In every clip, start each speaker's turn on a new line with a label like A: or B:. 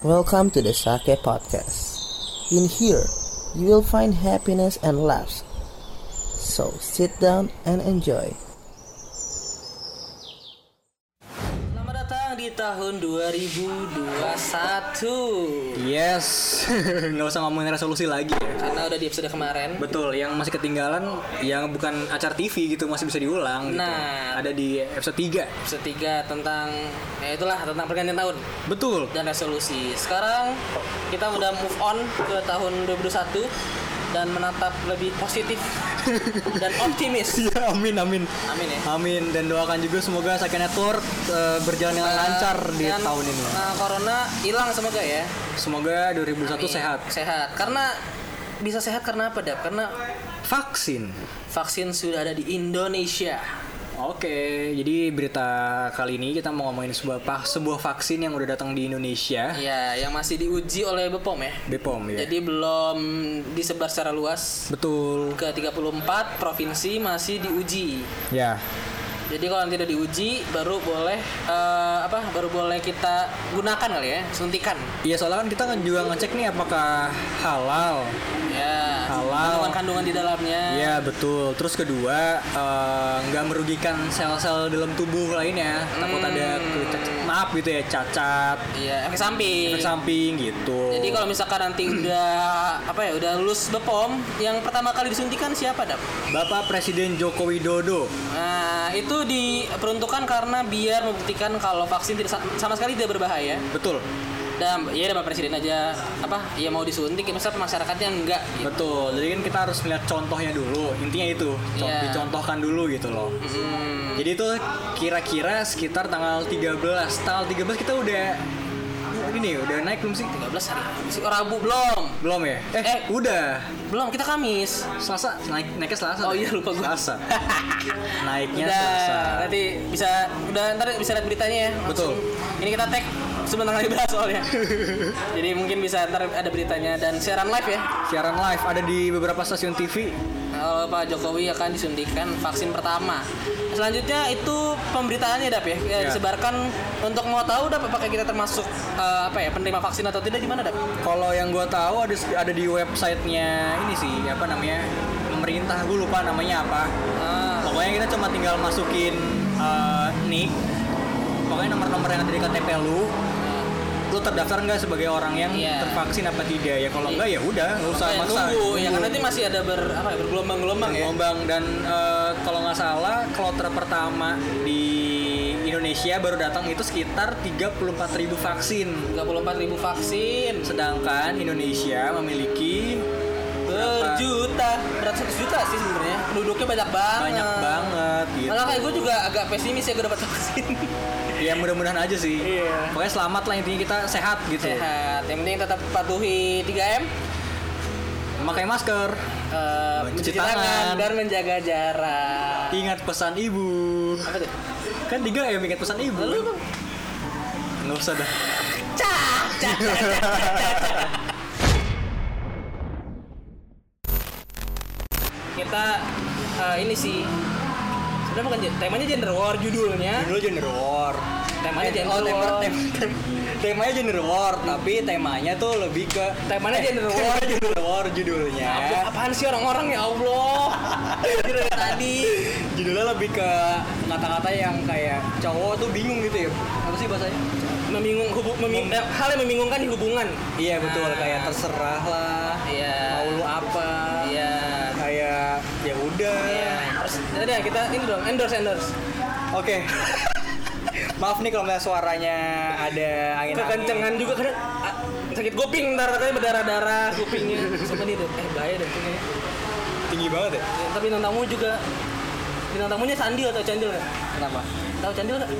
A: Welcome to the Sake Podcast. In here, you will find happiness and laughs. So sit down and enjoy. Selamat datang di tahun 2021.
B: Yes, nggak usah ngomongin resolusi lagi ya.
A: Karena udah di episode kemarin.
B: Betul, yang masih ketinggalan, yang bukan acara TV gitu masih bisa diulang. gitu.
A: Nah.
B: ada di episode 3
A: Episode 3 tentang ya itulah tentang pergantian tahun
B: Betul.
A: dan resolusi. Sekarang kita udah move on ke tahun 2021 dan menatap lebih positif dan optimis.
B: Iya, amin, amin,
A: Amin ya.
B: amin. Dan doakan juga semoga Sakai Network eh, berjalan dengan lancar di
A: Dan,
B: tahun ini.
A: uh, corona hilang semoga ya. Iya,
B: Semoga 2021 sehat.
A: Sehat. Karena bisa sehat karena apa, Dap? Karena
B: Vaksin.
A: vaksin sudah ada di Indonesia.
B: Oke, jadi berita kali ini kita mau ngomongin sebuah pa- sebuah vaksin yang udah datang di Indonesia.
A: Iya, yang masih diuji oleh Bepom ya.
B: Bepom ya.
A: Jadi belum disebar secara luas
B: Betul.
A: ke 34 provinsi masih diuji.
B: Ya.
A: Jadi kalau yang tidak diuji baru boleh eh, apa? Baru boleh kita gunakan kali ya, suntikan.
B: Iya, soalnya kan kita kan juga ngecek nih apakah halal.
A: Ya.
B: Halal.
A: Kandungan-kandungan di dalamnya.
B: Iya, betul. Terus kedua, eh, nggak merugikan sel-sel dalam tubuh lainnya. Takut ada
A: Hmm.
B: ke- maaf gitu ya, cacat,
A: Iya, efek samping.
B: efek samping gitu.
A: Jadi kalau misalkan nanti udah apa ya udah lulus Bepom, yang pertama kali disuntikan siapa dap?
B: Bapak Presiden Joko Widodo
A: Nah itu diperuntukkan karena biar membuktikan kalau vaksin tidak sa- sama sekali tidak berbahaya.
B: Betul,
A: Dan ya Bapak Presiden aja apa ya mau disuntik, ya, masa masyarakatnya enggak. Gitu.
B: betul. Jadi kan kita harus melihat contohnya dulu. Intinya itu, co-
A: Iya.
B: dicontohkan dulu gitu loh.
A: Hmm,
B: Jadi itu kira-kira sekitar tanggal 13. Tanggal 13 kita udah ini udah naik belum sih?
A: 13 hari apa sih? Oh, Rabu belum,
B: Belum ya? Eh,
A: Eh.
B: udah.
A: belum kita Kamis.
B: Selasa naik naiknya Selasa.
A: Oh
B: deh.
A: iya, lupa gua.
B: Selasa. naiknya Iya, Selasa.
A: Udah, nanti bisa udah ntar bisa lihat beritanya ya. langsung.
B: Betul.
A: Ini kita tag sebentar lagi bahas soalnya. Jadi mungkin bisa ntar ada beritanya dan siaran live ya.
B: Siaran live ada di beberapa stasiun TV.
A: Kalau Pak Jokowi akan disuntikan vaksin pertama. Selanjutnya itu pemberitaannya dap ya, ya,
B: Ya.
A: disebarkan untuk mau tahu dap apakah kita termasuk eh, apa ya penerima vaksin atau tidak gimana dap?
B: Kalau yang gua tahu ada ada di websitenya ini sih apa namanya pemerintah gue lupa namanya apa.
A: Ah,
B: Pokoknya kita cuma tinggal masukin eh, nik, pokoknya nomor-nomor yang ada di KTP lu. Lu terdaftar nggak sebagai orang yang
A: Ah. Iya.
B: tervaksin apa tidak ya? Kalau enggak ya udah, nggak usah
A: apa ya,
B: maksa.
A: nunggu ya karena
B: Nunggu.
A: nanti masih ada ber apa ya, bergelombang-gelombang ya.
B: Gombang dan eh, kalau nggak salah kloter pertama di Indonesia baru datang itu sekitar 34.000 vaksin.
A: 34.000 vaksin
B: Sedangkan Indonesia memiliki
A: berjuta beratus juta sih sebenarnya penduduknya banyak banget
B: banyak banget gitu.
A: malah Ah. kayak gue juga agak pesimis ya gue dapat vaksin
B: Ya mudah-mudahan aja sih.
A: Iya.
B: Pokoknya selamat lah intinya kita sehat gitu.
A: sehat yang penting tetap patuhi 3 m
B: Memakai masker,
A: Eh, mencuci tangan dan menjaga jarak.
B: ingat pesan ibu.
A: Apa tuh?
B: Kan tiga ya ingat pesan ibu.
A: Lalu apa?
B: Nggak usah dah.
A: Cah, cah, cah, cah, cah, cah, cah. Kita eh, ini sih sebenarnya bukan gen- temanya gender war judulnya.
B: Dulu gender war.
A: Temanya
B: Eh,
A: gender
B: oh, tema,
A: war.
B: tem- tem- temanya gender war, tapi temanya tuh lebih ke
A: Temanya
B: eh,
A: gender war.
B: temanya gender war judulnya.
A: Apa- Apaan sih orang-orang ya Allah? Jujur dari tadi.
B: Judulnya lebih ke kata-kata yang kayak cowok tuh bingung gitu ya. Apa sih bahasanya?
A: Membingung hubung membing- eh, hal yang membingungkan di hubungan.
B: Iya betul
A: Nah.
B: kayak terserah lah.
A: Iya.
B: Mau lu apa?
A: Iya.
B: Kayak ya udah.
A: Iya. Terus ada kita ini dong endorse endorse.
B: Oke. Maaf nih kalau misalnya suaranya ada angin.
A: kekencengan juga kadang ah, sakit kuping ntar katanya berdarah-darah kupingnya seperti itu eh bahaya deh kayaknya.
B: tinggi banget ya.
A: Ya, tapi bintang tamu juga bintang tamunya Sandi atau Candil nggak kenapa tahu Candil nggak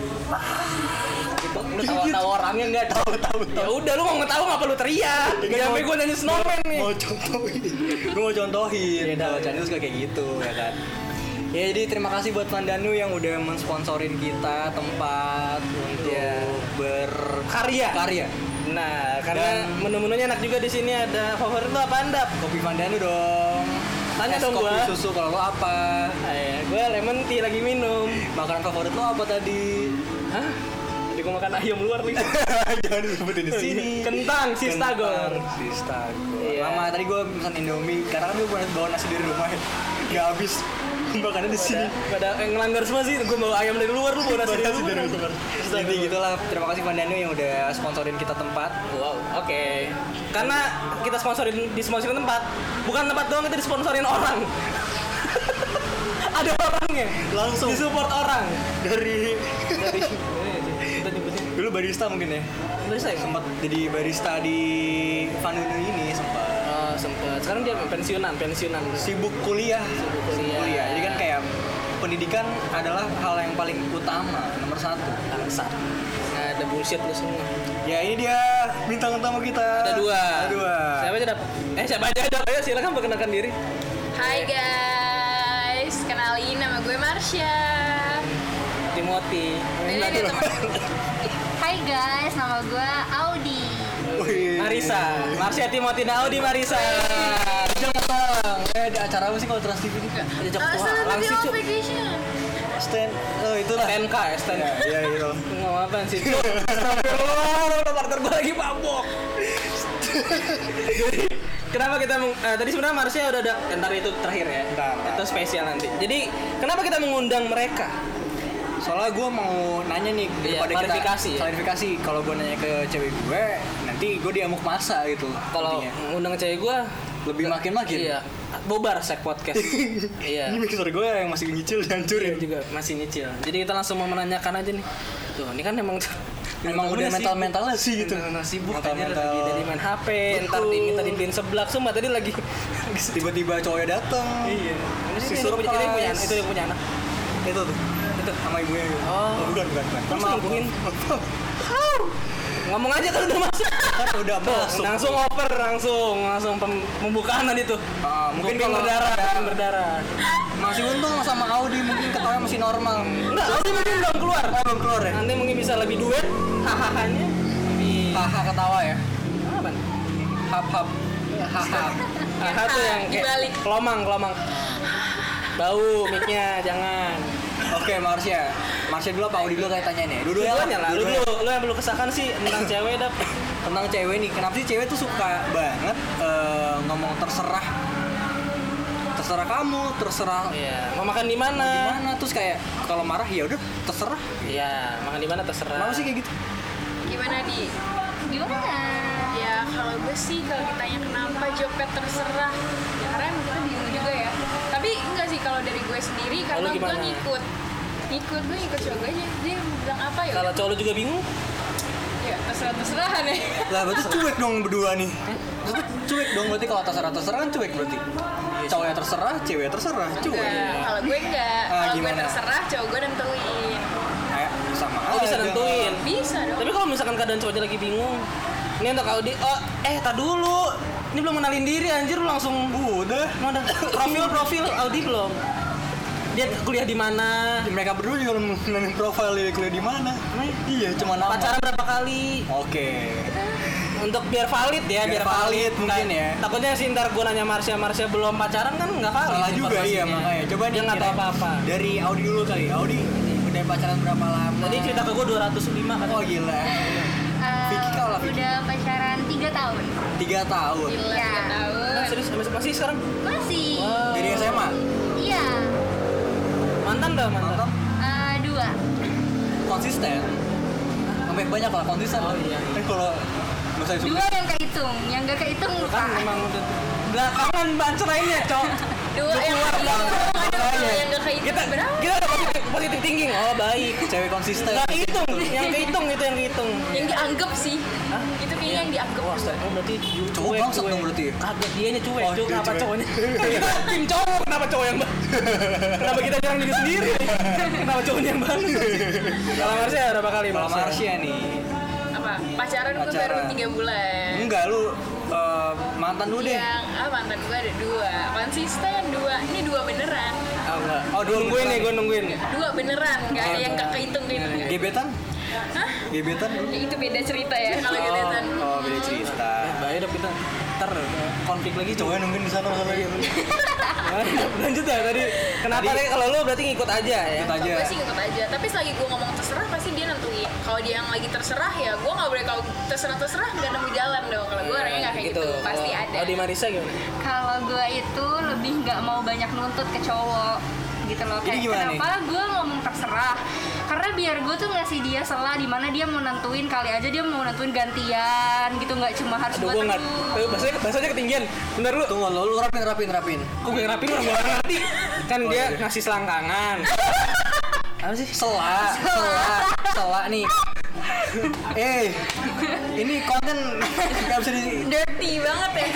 A: Gitu, lu tahu tahu orangnya nggak tahu tahu ya udah lu mau ngetahu ngapa lu teriak
B: Ini
A: jangan
B: mau-
A: sampai gue nanya snowman nih
B: mau contohin gue mau contohin
A: Iya, dah.
B: kalau Chandil suka kayak gitu ya kan ya jadi terima kasih buat Mandanu yang udah mensponsorin kita tempat untuk
A: Iya.
B: berkarya karya
A: nah karena
B: Dan-
A: menu-menunya enak juga di sini ada favorit lu apa anda
B: kopi Mandanu dong
A: Tanya
B: Es
A: dong
B: kopi
A: gua.
B: susu kalau lo apa
A: eh, gue lemon tea lagi minum
B: makanan favorit lo apa tadi
A: Hah? Jadi gua makan ayam luar lagi.
B: Jangan disebutin di sini.
A: Kentang Sistagor.
B: Sistago.
A: Iya.
B: Lama tadi gue pesan Indomie karena kan gue bawa nasi dari rumah ya. Gak habis. Makannya di sini.
A: Gak ada yang eh, ngelanggar semua sih. Gua bawa ayam dari luar, lu bawa nasi dari luar.
B: Jadi gitulah. Terima kasih Pandanu yang udah sponsorin kita tempat.
A: Wow, oke. Karena kita sponsorin di sponsorin tempat, bukan tempat doang kita disponsorin orang. Ada orangnya.
B: Langsung.
A: Disupport orang.
B: Dari
A: Dari kita nyebutin.
B: dulu barista mungkin ya.
A: Terus saya sempat
B: Sempat jadi barista di Vanunu ini sempat
A: eh, sempat. Sekarang dia pensiunan, pensiunan.
B: sibuk kuliah.
A: kuliah.
B: Kuliah. Jadi kan kayak pendidikan adalah hal yang paling utama nomor satu.
A: bangsa. Ada bullshit lu semua.
B: Ya ini dia bintang utama kita.
A: Ada dua.
B: Ada dua.
A: Siapa aja dapat? Eh siapa aja dapat? Ayo silakan perkenalkan diri.
C: Hai guys, kenalin nama gue Marsha.
A: Timothy.
C: Ini dia teman. Hai guys, nama gue Audi.
B: Wih.
A: Marisa. Marsha Timothy Naudi Marisa.
B: Jepang. Eh, ada acara apa sih kalau Trans TV ini?
A: Ada
C: Oh, celebrity
A: langsung
C: on
A: Cuk.
C: vacation.
B: Stand. Oh, itulah.
A: STNK, STNK.
B: Ya, ya itu.
A: Ngomong apa sih? Cuk? Astagfirullah, udah partner gue lagi mabok. Jadi, Kenapa kita meng- eh, tadi sebenarnya Marsha udah ada eh, ntar itu terakhir ya.
B: Ntar.
A: Itu spesial nanti. Jadi kenapa kita mengundang mereka?
B: Soalnya gue mau nanya nih
A: Iya,
B: daripada
A: klarifikasi ya.
B: kita klarifikasi kalau gue nanya ke cewek gue nanti gue diamuk masa gitu.
A: Kalau
B: intinya.
A: mengundang cewek gue
B: lebih makin makin.
A: Iya, bobar sek podcast. iya.
B: Ini mixer gue yang masih nyicil ya.
A: Iya
B: dihancurin.
A: juga masih nyicil. Jadi kita langsung mau menanyakan aja nih. Tuh, ini kan emang
B: Emang udah mental mentalnya sih gitu.
A: Mental sibuk
B: mental
A: mental,
B: mental.
A: lagi dari main HP, entar
B: Betul.
A: diminta dibeliin seblak semua tadi lagi.
B: Tiba-tiba cowoknya datang.
A: Iya. Ini
B: Iya.
A: sih
B: Si
A: yang punya, itu yang punya,
B: surprise.
A: itu yang punya anak.
B: Itu tuh.
A: Itu.
B: Sama ibunya. gitu.
A: Oh.
B: bukan bukan. bukan.
A: Terus
B: Sama
A: ngomongin.
B: aku.
A: Ngomong aja kalau udah Nah, masuk.
B: Kan udah
A: Tuh,
B: masuk.
A: langsung oper langsung langsung pem- pembukaan tadi tuh.
B: Ah, mungkin
A: Kuping
B: kalau-
A: berdarah, kuping berdarah.
B: Masih untung sama Audi mungkin ketawanya masih normal.
A: Enggak, nanti mungkin belum keluar.
B: Oh, belum keluar ya?
A: Nanti mungkin bisa lebih duet, hahahanya. Lebih
B: Haha ketawa ya.
A: apa? nih?
B: Hap hap.
A: Iya.
B: Haha.
A: Aha tuh yang kayak
C: Dibalik.
A: kelomang, kelomang. Bau micnya jangan.
B: Oke, Marsha. Marsha dulu apa Audi dulu kayak tanya nih.
A: Lu
B: Dua-duanya
A: duluan ya lah. Lu
B: dua-duanya.
A: dulu, lu yang perlu kesahkan sih tentang cewek dap.
B: Tentang cewek nih, kenapa sih cewek tuh suka banget eh, ngomong terserah? Terserah kamu, terserah
A: Iya, mau makan di mana?
B: gimana terus kayak kalau marah ya udah terserah.
A: Iya, makan di mana terserah.
B: Kenapa sih kayak gitu?
C: Gimana di? Gimana? Ya kalau gue sih kalau ditanya kenapa jawabnya terserah. Ya, karena emang kita bingung juga ya. Tapi enggak sih kalau dari gue sendiri karena gue
A: gimana?
C: ngikut. Ngikut gue ngikut cowok gue aja. Dia bilang apa ya?
A: Kalau cowok lu juga bingung,
C: Ya terserah terserah deh.
B: Lah berarti cuek dong berdua nih. Berarti cuek dong berarti kalau terserah terserah kan cuek berarti. Cowoknya terserah, cewek terserah,
A: Iya.
B: cuek.
C: Enggak, Nah, kalau gue enggak.
B: Ah,
C: kalau gue
B: gimana?
C: terserah, cowok gue nentuin.
B: Kayak sama
A: lu bisa
B: aja.
A: nentuin.
C: Bisa dong.
A: Tapi kalau misalkan keadaan cowoknya lagi bingung, ini untuk Audi, oh eh tak dulu, ini belum kenalin diri anjir lu langsung
B: Udah.
A: mau dah. profil profil Audi belum. Dia kuliah di mana?
B: Mereka berdua juga belum nanyain profil dia kuliah di mana. Iya, cuma nama.
A: Pacaran berapa kali?
B: Oke.
A: Untuk biar valid ya,
B: Biar
A: biar,
B: valid
A: Nah,
B: mungkin ya.
A: Takutnya sih ntar gue nanya Marsha, Marsha belum pacaran kan nggak valid.
B: Salah juga iya
A: informasinya.
B: makanya. Coba
A: dia
B: nih,
A: nggak tahu
B: kira-
A: apa-apa.
B: Dari Audi dulu kali. Audi udah pacaran berapa lama?
A: Tadi cerita ke gue 205 kan.
B: Oh gila.
C: Eh,
B: Vicky kau lah, Vicky.
D: udah pacaran 3 tahun
B: Tiga tahun.
C: Gila,
D: Iya.
C: tiga
A: Nah,
C: tahun.
A: serius masih, masih sekarang.
D: masih
A: Wow.
B: Dari SMA.
D: iya
A: Mantan dah mantan.
B: Mantap.
D: eh, dua
B: Konsisten. Sampai banyak lah konsisten.
A: Oh, iya.
B: Kan kalau masa
D: dua yang kehitung yang gak kehitung
A: Lu Kan
D: lupa
A: memang udah belakangan bancerainya, Cok.
C: Dua yang
A: keluar
C: kehitung,
A: dong.
C: ada
A: Makanya.
C: dua yang gak
A: Kita
C: kehitung berapa?
A: kita udah positif, positif thinking. Oh, baik.
B: cewek konsisten.
A: Gak hitung, yang kehitung itu yang kehitung.
C: Yang dianggap sih.
A: Hah?
C: Itu kayaknya yang dianggap.
A: Wah, oh, berarti you-
B: Cowok
A: cuek,
B: bangsat
A: cuek.
B: dong berarti ya?
A: Kagak dia nya cuek,
B: Oh,
A: cuek
B: dia
A: apa
B: cuek.
A: cowoknya? Kan kita tim cowok, kenapa cowok yang ba- Kenapa kita nyerang diri sendiri? kenapa cowoknya yang bagus? Kalau Marsha berapa kali?
B: Kalau Marsha nih.
C: Apa? Pacaran gue baru
B: Pacaran.
C: tiga bulan.
B: Enggak lu eh, mantan dulu
A: Iya.
B: deh.
C: Yang ah mantan gue ada dua. Konsisten dua. Ini dua beneran.
A: Oh, enggak.
B: Oh,
A: Oh,
B: dua
A: nungguin nih,
B: beneran.
A: gue nungguin.
C: Dua beneran. Gak ada yang gak kehitung kehitung.
B: Iya, Gebetan?
C: Hah?
B: Gebetan?
C: Ya, itu beda cerita ya kalau gebetan.
B: Oh, beda cerita.
A: ya udah kita ter
B: eh,
A: konflik lagi coba.
B: Cowoknya nungguin di sana masalah iya.
A: Lanjut ya tadi. Kenapa
B: Tadi-
A: nih kalau lu berarti ngikut aja ya?
B: Ikut aja.
C: gue sih ngikut aja tapi selagi gue ngomong terserah pasti dia nentuin kalau dia yang lagi terserah ya gue nggak boleh kalau terserah terserah nggak nemu jalan dong kalau gue orangnya nggak kayak gitu, pasti
A: Iya, Kalau-
C: ada
A: Kalau Oh, di Marisa gimana?
D: Kalau gue itu lebih nggak mau banyak nuntut ke cowok gitu loh
B: Jadi
D: kayak
B: gimana nih?
D: kenapa gue ngomong terserah karena biar gue tuh ngasih dia selah di mana dia mau nentuin kali aja dia mau nentuin gantian gitu nggak cuma harus
A: Aduh
D: buat
A: gue nggak.
D: terus.
A: eh, Bahasanya bahasanya ketinggian. Bentar lu.
B: Tunggu lu, lu rapin rapin rapin.
A: Kok gue ngerapin orang nggak ngerti. Kan
B: Oh,
A: dia
B: iya.
A: ngasih selangkangan. Apa sih?
B: Selak, selak, selak nih. Eh, ini konten nggak bisa di
C: dirty banget ya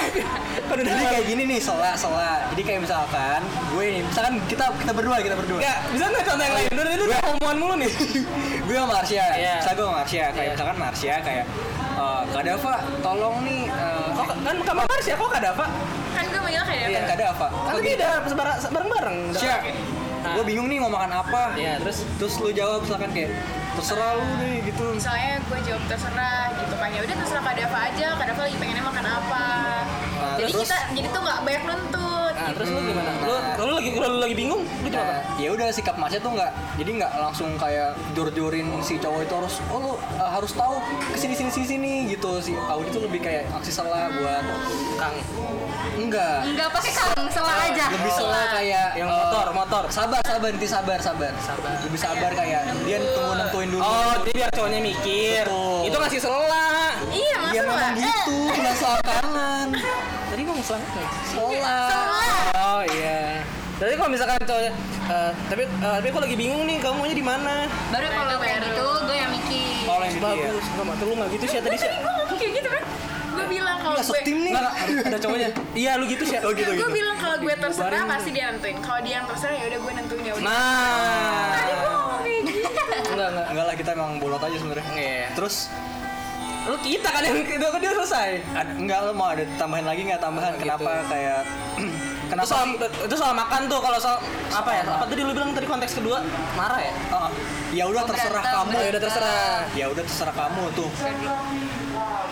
A: Aduh,
B: jadi kayak gini nih selak selak jadi kayak misalkan gue nih misalkan kita kita berdua kita berdua
A: Enggak, bisa nggak contoh yang lain? Udah, udah, udah, omongan mulu nih.
B: gue sama Marsha
A: Iya.
B: misalkan gue sama Marsha kayak
A: Iya.
B: misalkan Marsha kayak eh Kak Dava tolong nih eh,
A: Kok kan kamu harus ya, kok ada apa?
C: kan gue manggil kayak
A: Iya.
B: kan Kak Dava
A: Kan tadi udah bareng-bareng. udah
B: Sya
A: pakai.
B: gue bingung nih mau makan apa
A: Nah. Iya, terus
B: terus lu jawab misalkan kayak terserah lu deh gitu
C: misalnya gue jawab terserah gitu kan ya udah terserah Kak Dava aja Kak Dava lagi pengennya makan apa
B: Nah,
C: jadi
B: terus-
C: kita jadi tuh nggak banyak nuntut
A: Nah,
C: gitu.
A: terus lu gimana?
B: Nah.
A: Lu kalau lu lagi kalau lu lagi bingung, lu
B: Nah,
A: gimana?
B: ya udah sikap Marsha tuh nggak jadi nggak langsung kayak jor-jorin si cowok itu harus oh lu eh, harus tahu kesini sini sini sini gitu si Audi tuh lebih kayak aksi salah buat
A: Kang.
B: enggak
D: nggak pakai kalung selah aja
B: Oh, lebih salah kayak
A: Oh, Yang
B: eh,
A: motor, motor.
B: sabar sabar nanti sabar sabar
A: Sabar.
B: lebih sabar kayak dia tunggu nentuin dulu
A: Oh, jadi biar cowoknya mikir.
B: Betul.
A: Itu ngasih selak.
C: iya
B: dia
C: maksud
A: Eh.
B: memang
C: gue
B: gitu nggak selakangan
A: Tadi gua mau selak nih.
B: salah
A: Oh iya. Jadi kalau misalkan cowoknya, eh, tapi eh, tapi aku lagi bingung nih, kamu maunya di mana?
D: baru
C: Nah,
D: kalau
C: itu
D: kayak
C: baru.
D: gitu gue yang mikir
B: kalau yang gitu ya
A: Bagus, nggak mata lu nggak gitu sih tadi sih.
C: tadi gue ngomong kayak gitu kan gue bilang kalau
B: nggak
C: gue
B: setim nih
A: Nggak, ada cowoknya. Iya, lu gitu sih.
B: Oh, gitu,
C: gue
B: gitu.
C: bilang kalau gue terserah
A: Bubarin.
C: pasti dia nentuin kalau dia yang terserah ya udah gue nentuin ya udah
A: Nah.
C: tadi gue ngomong kayak gitu
A: Enggak, enggak.
B: enggak lah kita emang bolot aja sebenarnya
A: Iya.
B: terus
A: Lu kita kan yang itu kan dia selesai.
B: ad- enggak lo mau ada tambahan lagi nggak
A: Oh,
B: tambahan
A: gitu.
B: kenapa kayak
A: Itu
B: kenapa
A: soal, itu soal makan tuh kalau soal apa ya? Apa tadi lu bilang tadi konteks kedua marah ya?
B: Ah, ya udah
D: Oh,
B: terserah
D: berantem,
B: kamu
A: Ya udah terserah.
B: ya udah terserah kamu tuh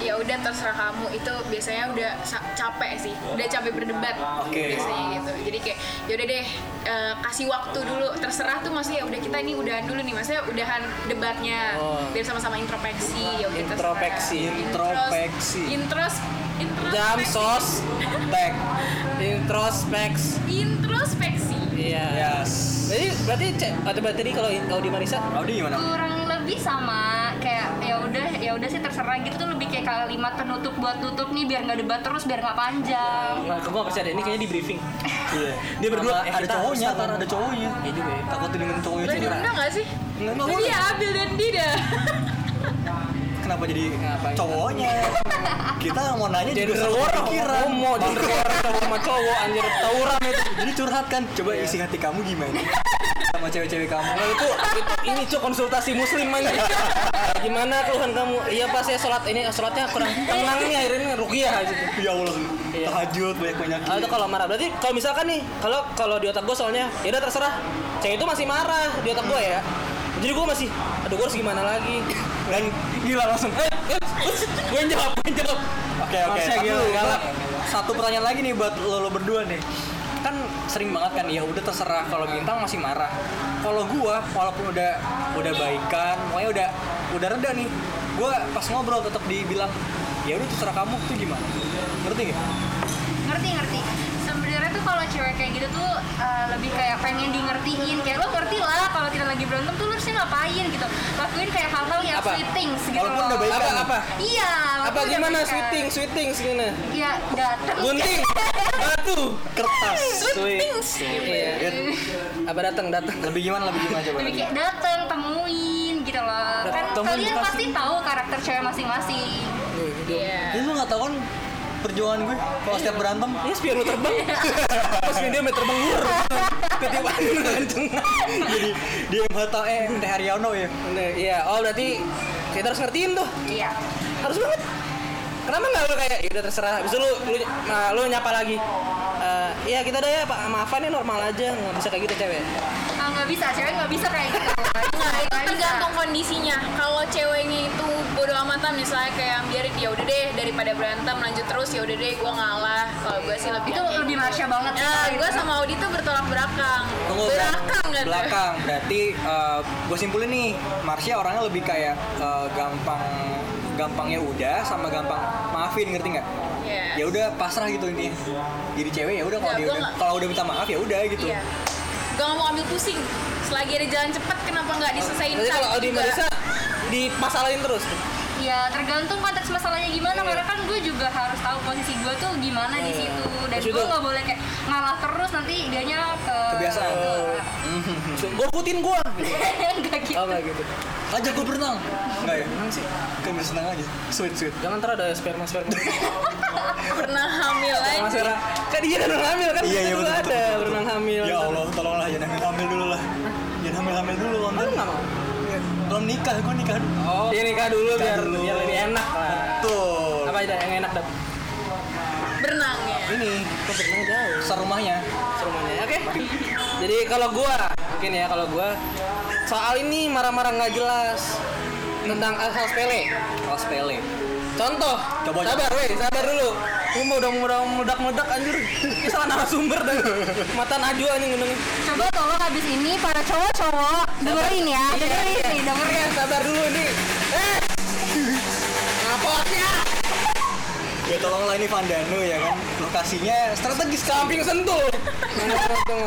C: ya udah terserah kamu itu biasanya udah sa- capek sih udah capek berdebat
B: Oke.
C: biasanya gitu jadi kayak ya udah deh eh, kasih waktu dulu terserah tuh maksudnya ya udah kita ini udahan dulu nih maksudnya udahan debatnya
A: Oh.
C: biar sama-sama introspeksi ya udah terserah.
A: Introspeksi,
B: introspeksi.
C: Intros- intros introspeksi
A: Jam sos
B: tag
A: introspeks.
C: introspeksi
A: Iya.
B: yes
A: Jadi berarti cek ada tadi kalau kalau di Marisa
B: Audi gimana
A: Iya.
D: kurang lebih sama kayak ya udah ya udah sih terserah gitu tuh lebih kayak kalimat penutup buat tutup nih biar nggak debat terus biar nggak panjang
A: Nah, gue gak percaya deh, ini kayaknya di briefing
B: Iya.
A: Dia berdua,
B: Sama
A: eh,
B: ada
A: kita
B: cowoknya,
A: harus
B: ntar ada cowoknya.
A: Iya juga ya.
B: Takut dengan cowoknya
C: lo
B: cedera.
C: diundang gak sih?
B: Nggak, nggak
C: Jadi
B: boleh.
C: ya ambil dan tidak
B: Kenapa jadi
A: Ngapain?
B: cowoknya? Kita mau nanya
A: Gender
B: juga sama
A: war,
B: pikiran.
A: homo, gender war, cowok sama cowok, anjir, tawuran itu
B: Jadi curhat kan, coba
A: Iya.
B: isi hati kamu gimana? sama cewek-cewek kamu.
A: Nah itu, itu- ini cok konsultasi muslim anjir Gimana keluhan kamu? Iya pak saya sholat ini, sholatnya kurang tenang nih akhirnya rukiah gitu
B: Ya Allah,
A: Iya.
B: tahajud banyak banyak.
A: Ah, itu kalau marah berarti kalau misalkan nih kalau kalau di otak gue soalnya ya udah terserah cewek itu masih marah di otak gue ya jadi gue masih aduh gue harus gimana lagi
B: Dan gila langsung.
A: Eh,
B: Oke
A: gue yang jawab gue yang jawab
B: oke.
A: Marsha
B: Tapi
A: gila,
B: lu-
A: galak.
B: Satu pertanyaan lagi nih buat lo, lo berdua nih. Kan sering banget kan ya udah terserah kalau bintang masih marah. Kalau gua walaupun udah udah baikan, pokoknya udah udah reda nih. Gua pas ngobrol tetap dibilang ya udah terserah kamu tuh gimana? Ngerti nggak?
D: ngerti ngerti sebenarnya tuh kalau cewek kayak gitu tuh uh, lebih kayak pengen di ngertiin kayak lo ngerti lah kalau kita lagi berantem tuh lo harusnya ngapain gitu lakuin kayak hal-hal yang
A: Apa?
D: sweet things gitu
B: Walaupun
D: loh.
B: udah baik.
A: apa apa
D: iya
A: kan? apa
D: walaupun udah
A: gimana
D: baikan.
A: sweeting sweeting gimana
D: iya dateng
A: gunting batu
B: Kertas.
A: sweeting iya apa datang datang
B: Lebih gimana? Lebih gimana coba?
D: lebih kayak dateng temuin gitu loh kan
A: Dateng,
D: kalian
A: pasti.
D: pasti tahu karakter cewek masing-masing
C: iya
B: Jadi lu nggak tahu kan perjuangan gue kalau setiap berantem
A: ini spion lu terbang
B: Iya.
A: pas dia main terbang lur ketiup angin kenceng
B: jadi di MHT eh Teh Haryono ya.
A: Nah, iya oh berarti kita harus ngertiin tuh
D: iya
A: harus banget kenapa nggak lu kayak "Ya udah terserah habis itu lu lu, nah, lu nyapa lagi Eh, ya kita udah ya pak maafan ya normal aja nggak bisa kayak gitu cewek
D: Ah, nggak bisa, cewek nggak bisa kayak
C: Nah,
D: gitu.
C: itu
D: Nggak bisa.
C: tergantung kondisinya. Kalau ceweknya itu bodo amatan misalnya kayak biarin ya udah deh daripada berantem lanjut terus ya udah deh gua ngalah. Kalau gua sih lebih
D: Itu
C: kayak
D: lebih
C: gitu.
D: Marsha banget sih
C: Nah,
D: kalau
C: gua
D: gitu.
C: sama Audi tuh bertolak belakang.
B: Tunggu,
C: belakang
B: belakang,
C: kan?
B: belakang. berarti gue simpulin nih Marsha orangnya lebih kayak eh, gampang gampangnya udah sama gampang maafin ngerti nggak ya
C: Iya.
B: udah pasrah gitu intinya jadi cewek ya udah kalau
C: Nggak,
B: dia
C: Iya, gua
B: udah
C: nggak-
B: kalau udah minta maaf ya udah gitu
C: Iya. Gua nggak mau ambil pusing. Selagi ada jalan cepat kenapa nggak diselesain
A: Jadi kalau
C: saat
A: Audi
C: juga?
A: Marisa dipasalahin terus
D: Ya tergantung konteks masalahnya gimana karena kan gue juga harus tahu posisi gue tuh gimana di situ dan
A: Terus
D: gue
A: itu-
D: nggak boleh kayak ngalah terus nanti dianya ke
B: Kebiasaan.
A: gue putin gue
D: Enggak gitu.
A: oh kayak gitu
B: ajak gue berenang nggak ya sih kan udah senang aja sweet sweet
A: jangan ntar ada sperma sperma
C: Pernah hamil
A: Mas
C: aja.
A: Vera kan dia ada berenang hamil
B: Iya,
A: kan kita juga ada berenang hamil
B: ya Allah tolonglah jangan hamil hamil dulu lah jangan hamil hamil dulu
A: Mana
B: Onten
A: nggak mau
B: belum nikah gue nikah dulu.
A: oh dia nikah dulu
B: Nikah
A: biar
B: dulu.
A: biar lebih enak lah
B: betul
A: apa itu yang enak dap
C: Berenang ya.
B: ini
A: kok berenang jauh
B: serumahnya
A: rumahnya oke jadi kalau gua mungkin ya kalau gua soal ini marah-marah nggak jelas tentang asal sepele
B: kelas pele
A: contoh
B: Coba,
A: sabar weh sabar dulu gua mau udah udah meledak meledak anjir ini salah narasumber dah mata najwa nih ngundangin
D: Coba tolong habis ini para cowok-cowok dengerin ya,
A: Iya,
D: dengerin
A: iya.
D: nih, dengerin.
A: Iya, sabar dulu nih eh ngapot ya
B: Ya tolonglah ini Vandano ya kan lokasinya strategis
A: samping sentul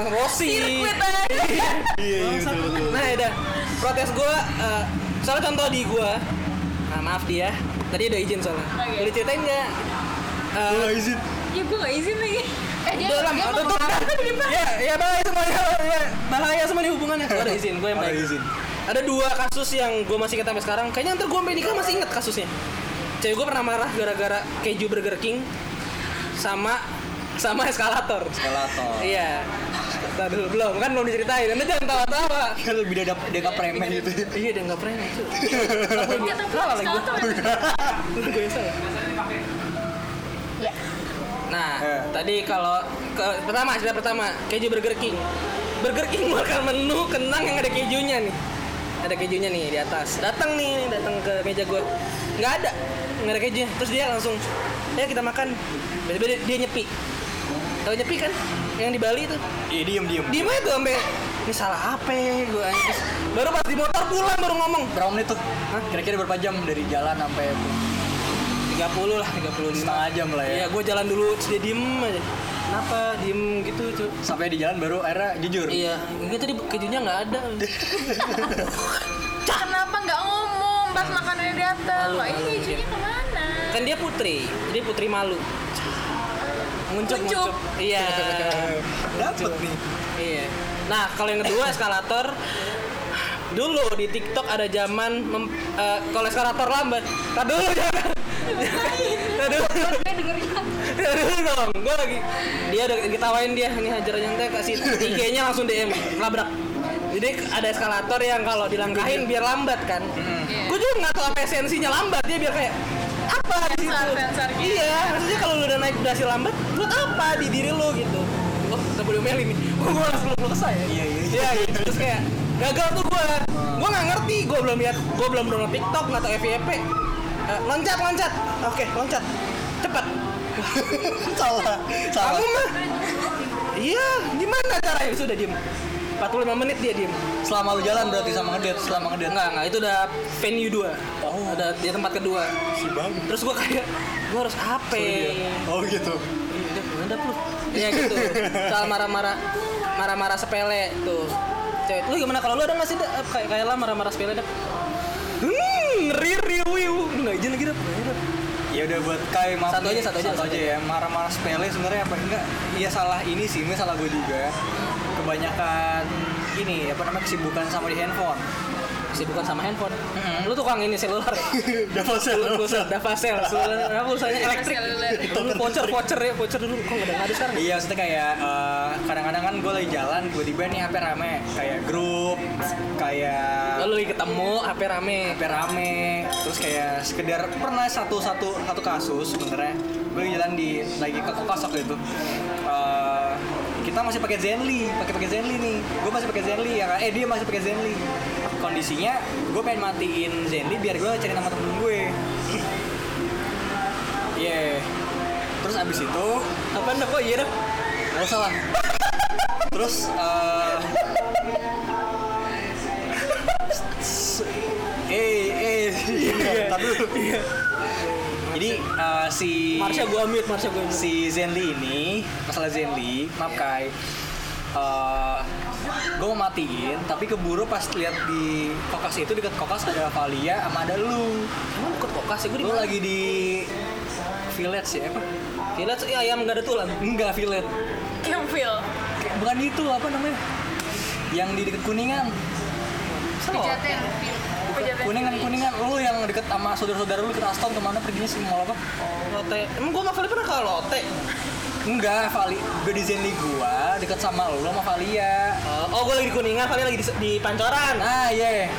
A: Rosi
C: Sirkuit aja.
B: Iya iya betul betul.
A: Nah udah protes gue,
C: Eh,
A: soalnya contoh di gue, nah, maaf dia, tadi udah izin soalnya,
D: Oh, iya.
C: Oke.
A: boleh ceritain nggak? Eh,
B: Gua nggak izin.
C: Ya gua nggak izin lagi.
D: Eh dia
A: udah lama,
D: dia mau
A: tutup
D: ngomong apa?
A: dah. Ya, ya bahaya semuanya, bahaya- bahaya semua di hubungannya. Gua ada izin, gue yang
B: Ada
A: baik.
B: izin.
A: Ada dua kasus yang gue masih ingat sampai sekarang. Kayaknya ntar gue sampai nikah masih inget kasusnya. Cewek gue pernah marah gara-gara keju Burger King sama sama eskalator.
B: Skalator.
A: Iya. Tadi dulu belum kan belum diceritain. Anda jangan tawa-tawa.
B: Kan lebih dia dapat dia premen gitu.
A: Iya, dia nggak pernah itu.
C: Dia
A: Nggak
C: tahu
A: tahu lagi
C: kalau
A: gua.
C: tuh
A: Itu gue yang salah.
D: Ya.
A: Nah,
B: Eh.
A: tadi kalau ke- pertama cerita pertama keju Burger King. Burger King mengeluarkan menu kentang yang ada kejunya nih. Ada kejunya nih di atas. Datang nih, datang ke meja gue. Nggak ada, nggak ada kejunya. Terus dia langsung, ya kita makan. Tiba-tiba dia- dia nyepi. Tahu nyepi kan? Yang di Bali itu.
B: Iya diem diem.
A: Diem aja tuh sampai ini salah apa gue anjir. Baru pas di motor pulang baru ngomong
B: Berapa menit tuh? Kira-kira berapa jam dari jalan sampai
A: 30 lah 30
B: setengah jam lah ya?
A: Iya, gue jalan dulu terus dia diem aja. Kenapa diem gitu cuy?
B: Sampai di jalan baru akhirnya jujur.
A: Iya, ini tadi kejunya nggak ada.
C: Kenapa nggak ngomong pas makanannya datang?
A: Malu,
C: Loh, ini
A: malu,
C: izinnya kemana?
A: kan dia putri, jadi putri malu. Nguncup,
C: Nguncup.
A: nguncup. Iya,
B: Dapat nih.
A: iya. Nah, kalau yang kedua eskalator. Dulu di TikTok ada zaman mem- eh, kalau eskalator lambat. Tadi dulu jangan. Tadi dulu.
D: Gue dengerin.
A: Ya dulu dong, gue lagi dia udah diketawain dia ini hajar nyantai kasih IG-nya langsung DM labrak. Jadi ada eskalator yang kalau dilangkahin biar lambat kan.
C: Hmm.
A: Gue juga nggak tahu apa esensinya lambat dia biar kayak apa di situ.
C: sensor gitu.
A: Iya, maksudnya kalau lu udah naik durasi lambat, buat apa di diri lu gitu? Wah, kita boleh melin nih. Gue gue langsung peluk saya.
B: Iya, iya, iya.
A: Iya, gitu. terus kayak gagal tuh gue. Gue nggak ngerti, gue belum lihat, gue belum download TikTok nggak tahu FYP. Eh, loncat, loncat. Oke, loncat. Cepat.
B: Salah. Salah.
A: Kamu mah. Iya, gimana caranya? Sudah diem. 45 menit dia diem.
B: Selama lu jalan berarti sama ngedate, selama ngedate.
A: Enggak, enggak. Itu udah venue 2.
B: Oh.
A: Udah di tempat kedua.
B: Si bang.
A: Terus gua kayak gua harus apa?
B: Oh gitu.
A: Udah ngadap lu. Iya gitu. Soal marah-marah marah-marah sepele tuh. Cewek, lu gimana kalau lu ada nggak sih Dap? kayak kayak lah marah-marah sepele dap? Hmm, riri wiu, nggak izin lagi dap. Nggak izin, Dap.
B: Ya udah buat Kai maaf
A: Satu aja,
B: nih.
A: satu aja, satu
B: ya. Marah-marah sepele sebenarnya apa enggak? Iya salah ini sih, ini salah gue juga. Kebanyakan ini apa namanya kesibukan sama di handphone.
A: kesibukan kan sama handphone. Lu tukang ini seluler.
B: Dapat sel, dapat sel.
A: Davasel, seluler apa usahanya elektrik.
C: Seluler.
A: Dulu voucher voucher ya, voucher dulu kok enggak ada sekarang.
B: Iya, maksudnya kayak eh, kadang-kadang kan gue lagi jalan, tiba-tiba nih HP rame, kayak grup, kayak
A: Lalu lagi ketemu HP rame.
B: HP rame, terus kayak sekedar pernah satu satu satu kasus sebenarnya gue lagi jalan di lagi ke Kokasok gitu. Eh, kita masih pakai Zenly, pakai pakai Zenly nih. Gue masih pakai Zenly ya, kan? eh dia masih pakai Zenly. Kondisinya gue pengen matiin Zenly biar gue cari nama temen gue. Yeah. Terus abis itu
A: Apaan dah kok iya dah.
B: Gak salah. Terus eh s- eh eh Ntar dulu. Jadi eh, si
A: Marsha gua mute, Marsha gua mute.
B: si Zenly ini masalah Zenly maaf Kai eh gue mau matiin tapi keburu pas lihat di kokas itu dekat kokas ada Valia sama ada lu
A: Emang deket kokas ya gua di
B: lu lagi di village ya apa
A: Village ya ayam enggak ada tulang.
B: enggak village
C: Kemfil.
B: bukan itu apa namanya yang di dekat kuningan
D: Pejaten.
C: Pejabat
B: kuningan kuningan lu yang deket sama saudara-saudara lu ke Aston kemana perginya sih mau apa
A: Lote. Emang gua sama Vali pernah ke Lote.
B: enggak Vali gue di Zenly gua deket sama lu sama Valia
A: Oh, oh, gua lagi di Kuningan, Vali lagi di, di Pancoran.
B: nah iya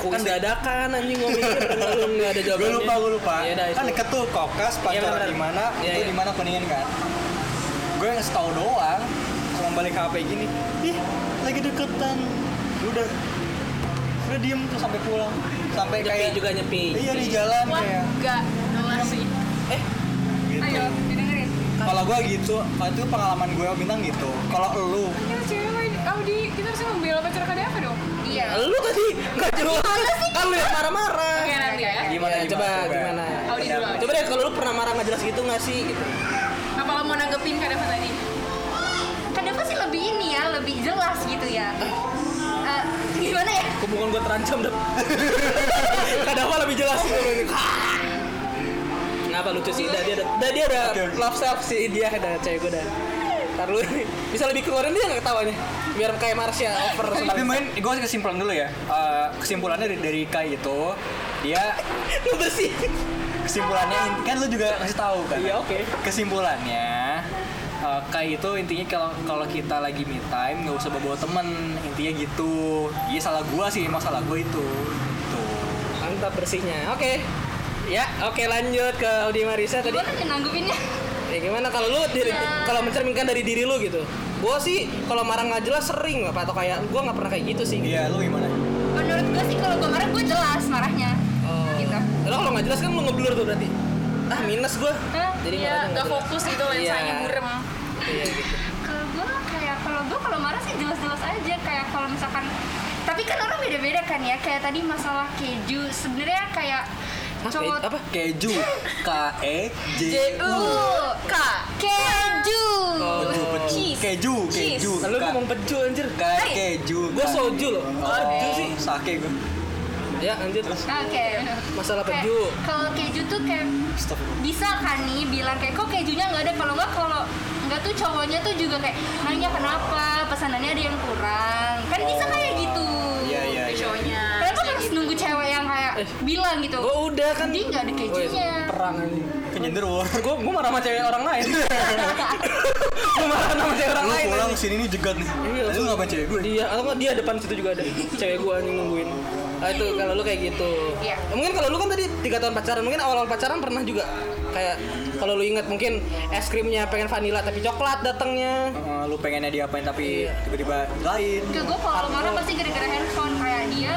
A: Aku kan dadakan anjing gua mikir belum enggak ada
B: gue
A: jawabannya.
B: lupa gue lupa
A: Iya dah.
B: kan
A: itu.
B: deket tuh kokas
A: benar,
B: pacaran
A: benar.
B: di mana
A: Iya,
B: itu
A: iya.
B: di mana kuningan kan gue ngasih tahu doang cuma balik ke HP gini ih lagi deketan udah udah diem tuh sampai pulang sampai
A: Nyepi
B: kayak
A: juga nyepi.
B: iya di jalan
C: Wah,
B: kayak
C: enggak. Enggak sih.
A: Eh,
B: gitu.
D: Ayo, didengerin.
B: Kalau gue gitu, kalau itu pengalaman gue bintang gitu. Kalau lu,
C: Kita cewek, Audi, kita harusnya membela pacar kadang apa dong?
D: Iya.
A: Nah, lu tadi enggak jelas. Kan lu yang marah-marah.
C: Oke, nanti ya.
B: Iya, gimana,
A: Ya, coba, gimana?
C: Audi dulu.
A: Coba deh kalau lu pernah marah nggak jelas gitu nggak sih? Gitu.
C: Apa lo mau nanggepin kadang tadi?
D: Kadang pasti lebih ini ya, lebih jelas gitu ya. Eh, gimana ya?
A: Hubungan gue terancam deh. Ada apa lebih jelas gitu lu ini. Kenapa lucu sih? Dah dia ada, dah dia ada
B: Oke, oke.
A: love self sih dia ada cewek gue dah. Ntar lu ini bisa lebih keluarin dia nggak ketawanya? Biar kayak Marsha over
B: Tapi
A: sebentar.
B: main, gue kasih kesimpulan dulu ya. Eh, kesimpulannya dari, dari Kai itu, dia
A: Lu bersih.
B: kesimpulannya in- kan lu juga kasih tahu kan.
A: Iya oke.
B: Kesimpulannya eh, Kai itu intinya kalau kalau kita lagi me time nggak usah bawa temen intinya gitu. Iya salah gue sih, emang salah gue itu. Tuh.
A: Mantap bersihnya. Oke. Ya, oke lanjut ke Audi Marisa tadi.
D: Gimana ya nanggupinnya?
A: Ya gimana kalau lu diri-
D: Ya.
A: kalau mencerminkan dari diri lu gitu? Gua sih kalau marah nggak jelas sering apa atau kayak gua nggak pernah kayak gitu sih.
B: Iya, lu gimana?
D: Menurut gue sih kalau gue marah gue jelas marahnya.
A: Oh.
D: Gitu.
A: Lo kalau nggak jelas kan lu ngeblur tuh berarti. Ah minus gua.
D: Hah?
A: Jadi
C: Iya,
A: marahnya
C: enggak
A: nggak
C: fokus gitu
A: Iya.
C: lensanya burem.
A: Iya gitu.
D: Kalau gue kayak kalau gue kalau marah sih jelas-jelas aja kayak kalau misalkan tapi kan orang beda-beda kan ya kayak tadi masalah keju sebenarnya kayak
A: Mas,
D: cowok
A: apa?
B: Keju, K E J
C: J-U.
B: U.
C: K.
D: keju
A: Oh.
B: Keju, keju,
C: Cheese.
B: keju,
C: Cheese.
B: keju.
A: Lalu
B: K. E
A: ngomong peju anjir.
B: Kayak
D: Hey.
B: keju. Oh,
A: Gua soju loh. Soju sih.
B: Sake gue.
A: Ya anjir.
D: oke
A: Masalah
D: Kayak
A: peju.
D: kalau keju tuh kayak
B: Stop.
D: bisa kan nih bilang kayak kok kejunya nggak ada kalau nggak kalau nggak tuh cowoknya tuh juga kayak nanya kenapa pesanannya ada yang kurang kan bisa kayak gitu
B: Iya, iya,
C: Di
B: iya.
C: cowoknya.
D: Kenapa harus nunggu cewek yang kayak
A: Eh.
D: bilang gitu
A: Gua udah kan.
D: Jadi nggak ada ya." kejunya.
A: Woi, Perang anjing.
B: Kenyender war.
A: Gua gua marah sama cewek orang lain. gua marah sama cewek orang
B: Lu
A: lain.
B: pulang
A: anjing.
B: sini nih jegat nih.
A: Iya,
B: Lu
A: langsung.
B: ngapain cewek gue?
A: Dia atau nggak dia depan situ juga ada cewek gua anjing nungguin. Ah, itu kalau lu kayak gitu.
D: Iya.
A: Mungkin kalau lu kan tadi tiga tahun pacaran, mungkin awal-awal pacaran pernah juga kayak kalau lu ingat mungkin es krimnya pengen vanila tapi coklat datangnya.
B: Eh, Lu pengennya diapain tapi
A: Iya.
B: tiba-tiba lain.
D: Ke gue kalau marah pasti gara-gara handphone kayak dia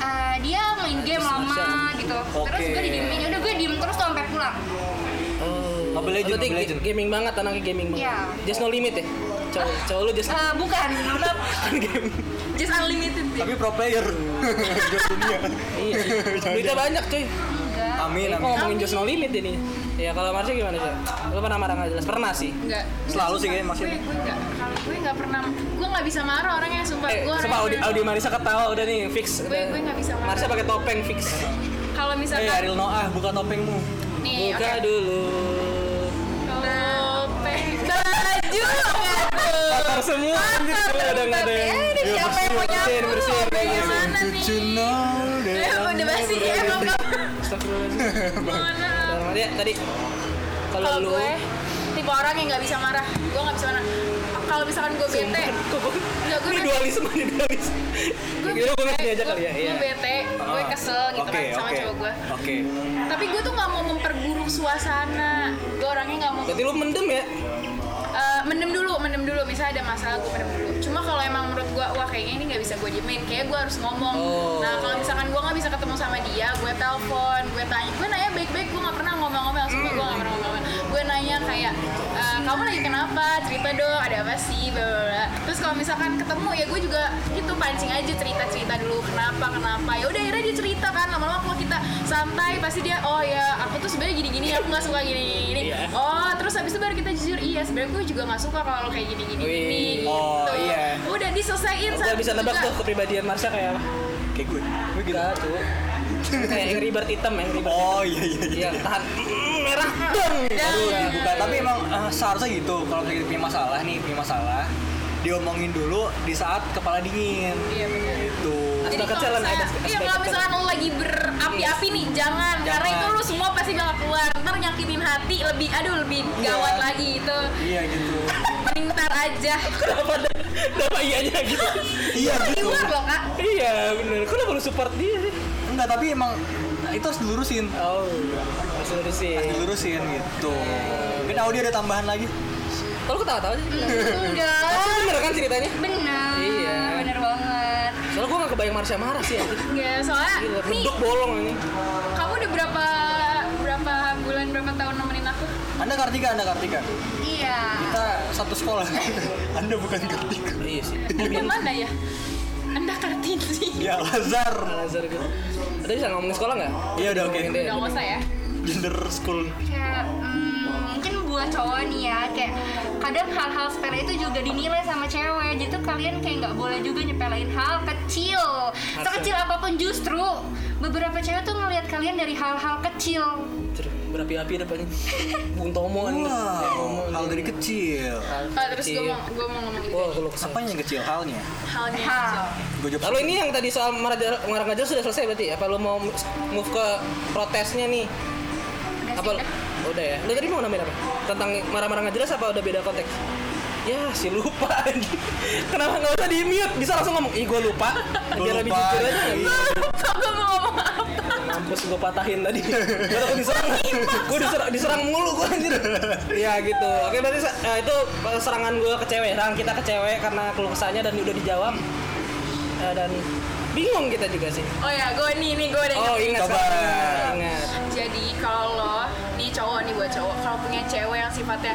D: eh, dia main game lama gitu. Terus gue
B: Oke.
D: didiemin, udah gue diem terus tuh sampai pulang.
A: Oh.
B: Mobile
A: Berarti
B: Legends, Mobile
A: ga-
B: Legends.
A: gaming banget anaknya gaming banget.
D: Iya.
A: Just no limit ya. Cowok, cowok lu just no
D: Eh, bukan, maaf.
A: gaming.
C: Just unlimited deh.
B: Tapi pro player. Jual dunia.
A: Iya. Duitnya banyak, cuy.
D: Enggak.
B: Amin,
A: Ini kok
B: amin.
A: ngomongin just no limit ini. Ya kalau Marsha gimana sih? Lu pernah marah nggak jelas? Pernah sih.
C: Enggak.
B: Selalu
A: Iya,
B: sih kayaknya masih.
C: Gue gue enggak. Kalau gue enggak pernah gue enggak bisa marah orangnya sumpah.
A: Eh,
C: gue
A: sama Audi,
C: orangnya-
A: Audi Marisa ketawa udah nih fix.
C: Gue- gue nggak bisa marah.
A: Marisa pakai topeng fix.
C: Kalau
B: Eh,
C: misalkan
B: Ariel Noah, buka topengmu.
C: nih,
A: Buka
C: oke.
A: dulu.
C: Topeng baju nggak tuh?
A: Kotor semua anjir gila, udah nggak ada. yang-
C: Eh,
D: Siapa yang mau
C: Iya.
A: Bersihin,
D: nyapu?
A: bersihin.
D: Pengen
B: Wanted to know that
C: Eh,
B: I'm
C: udah basi ya,
B: never
C: emang
B: ready.
A: Astagfirullahaladzim.
C: Mohon maaf.
A: Bang, ya, tadi kalau
C: Kalau
A: lu
C: gue tipe orang yang nggak bisa marah, gue nggak bisa marah. Kalau misalkan gue bete, nggak gue
A: ini
C: bete.
A: dualis semua ini dualis.
C: Gue
A: Kira gue ngerti aja
C: gue-
A: kali ya. Iya.
C: Gue bete, gue kesel gitu
B: Ah. Oke,
C: kan sama
B: oke.
C: cowok gue.
B: Oke.
C: Tapi gue tuh nggak mau memperburuk suasana. Gue orangnya nggak mau
A: Berarti lu mendem ya?
C: Eh, mendem dulu, mendem dulu. Misalnya ada masalah, gue mendem dulu. Cuma kalau emang menurut gue, wah kayaknya ini nggak bisa gue diemin. Kayaknya gue harus ngomong.
A: Oh.
C: Nah kalau misalkan gue nggak bisa ketemu sama dia, gue telepon, gue tanya, gue nanya baik-baik, gue nggak pernah ngomel-ngomel, sumpah gue nggak pernah ngomel-ngomel. Gue nanya kayak, "Eh, kamu lagi kenapa? Cerita dong, ada apa sih? Bla, bla, bla. Terus kalau misalkan ketemu ya gue juga gitu pancing aja cerita-cerita dulu kenapa kenapa. Ya udah akhirnya dia cerita kan lama-lama kalau kita santai pasti dia oh ya aku tuh sebenarnya gini-gini aku nggak suka gini-gini.
A: Iya.
C: Oh, terus habis itu baru kita jujur, iya sebenarnya gue juga gak suka kalau lo kayak gini-gini
A: Wih.
C: gini,
B: Oh,
C: gitu.
B: iya.
C: Udah diselesain
A: Gue bisa nebak tuh
C: juga.
A: kepribadian Marsha kayak apa.
B: Kayak gue. Gue gitu.
A: Enggak tuh. Kayak Angry Bird hitam, Angry Bird.
B: Oh iya iya iya.
A: Iya, tahan Mm, merah dong.
B: Aduh,
C: Iya.
B: dibuka. Tapi emang eh, seharusnya gitu. Kalau kita punya masalah nih, punya masalah, diomongin dulu di saat kepala dingin.
C: Iya, bener.
B: Gitu.
C: Jadi
A: Aspek
C: kalau
A: kecil,
C: misalnya,
A: aspek-
C: iya
A: aspek
C: kalau
A: kecil.
C: misalkan lo lagi berapi-api nih, jangan, Karena
B: Jangan.
C: itu lo semua pasti bakal keluar Ntar nyakitin hati, lebih, aduh lebih
B: Iya.
C: gawat lagi itu
B: Iya gitu.
C: Mending ntar aja
A: Kenapa ada kenapa iyanya gitu?
B: iya gitu.
C: Keluar loh kak
A: Iya, bener. Kok lu perlu support dia sih?
B: Enggak, tapi emang eh, itu harus dilurusin.
A: Oh, masih lu sih.
B: Harus dilurusin gitu. Mungkin Audi ada tambahan lagi.
A: Kalau lu ketawa-tawa sih.
D: Enggak.
A: Tapi bener kan ceritanya?
D: Benar.
A: Iya.
D: Benar banget.
A: Soalnya gue gak kebayang Marsha marah sih anjir.
C: Ya, soalnya
A: Gila,
C: nih,
A: beduk bolong ini.
C: kamu udah berapa berapa bulan, berapa tahun nemenin aku?
B: Anda Kartika, Anda Kartika.
D: Iya.
B: Kita satu sekolah. Anda bukan Kartika.
A: Iya sih.
C: Anda mana ya? Anda Kartini
B: Ya Lazar.
A: Lazar gitu. Ada bisa ngomongin sekolah nggak?
B: Iya udah oke.
A: Ngomongin dia.
C: Udah gak usah ya
B: Gender school.
D: kayak hmm, mungkin buat cowok nih ya kayak kadang hal-hal sepele itu juga dinilai sama cewek jadi tuh kalian kayak nggak boleh juga nyepelein hal kecil sekecil apapun justru beberapa cewek tuh ngelihat kalian dari hal-hal kecil
A: Anjir, Berapi-api depannya. Bung Tomo anjir. Tomo,
B: Wow,
A: anjir.
B: hal dari kecil.
C: Ah, terus gue mau, gue mau ngomong gitu
A: Wah, kalau kesel.
B: Apanya yang kecil halnya?
C: halnya
D: hal
B: Gue jawab.
A: Lalu ini yang tadi soal marah ngajar marah ngajar sudah selesai berarti? Apa lu mau move ke protesnya nih?
D: udah
A: Apa
D: sih
A: udah ya? Lu tadi mau nambahin apa? Tentang marah-marah nggak jelas apa udah beda konteks? Ya, si lupa anjir. Kenapa nggak usah di mute? Bisa langsung ngomong, ih gue lupa.
B: Gua
A: Biar lebih
B: lupa.
A: jujur aja.
B: Iya.
C: Kok gue mau ngomong apa?
A: Mampus gue patahin tadi Gue takut diserang Gue diserang, diserang mulu gue anjir Iya gitu Oke berarti se- eh, itu serangan gue ke cewek Serangan kita ke cewek karena keluh kesahnya dan udah dijawab Eh, Dan bingung kita juga sih
C: Oh ya, gue nih, nih gue udah
A: Oh
C: ingat.
A: ingat
B: Coba.
A: sekarang, Ingat
C: Jadi kalau lo, nih cowok nih buat cowok, kalau punya cewek yang sifatnya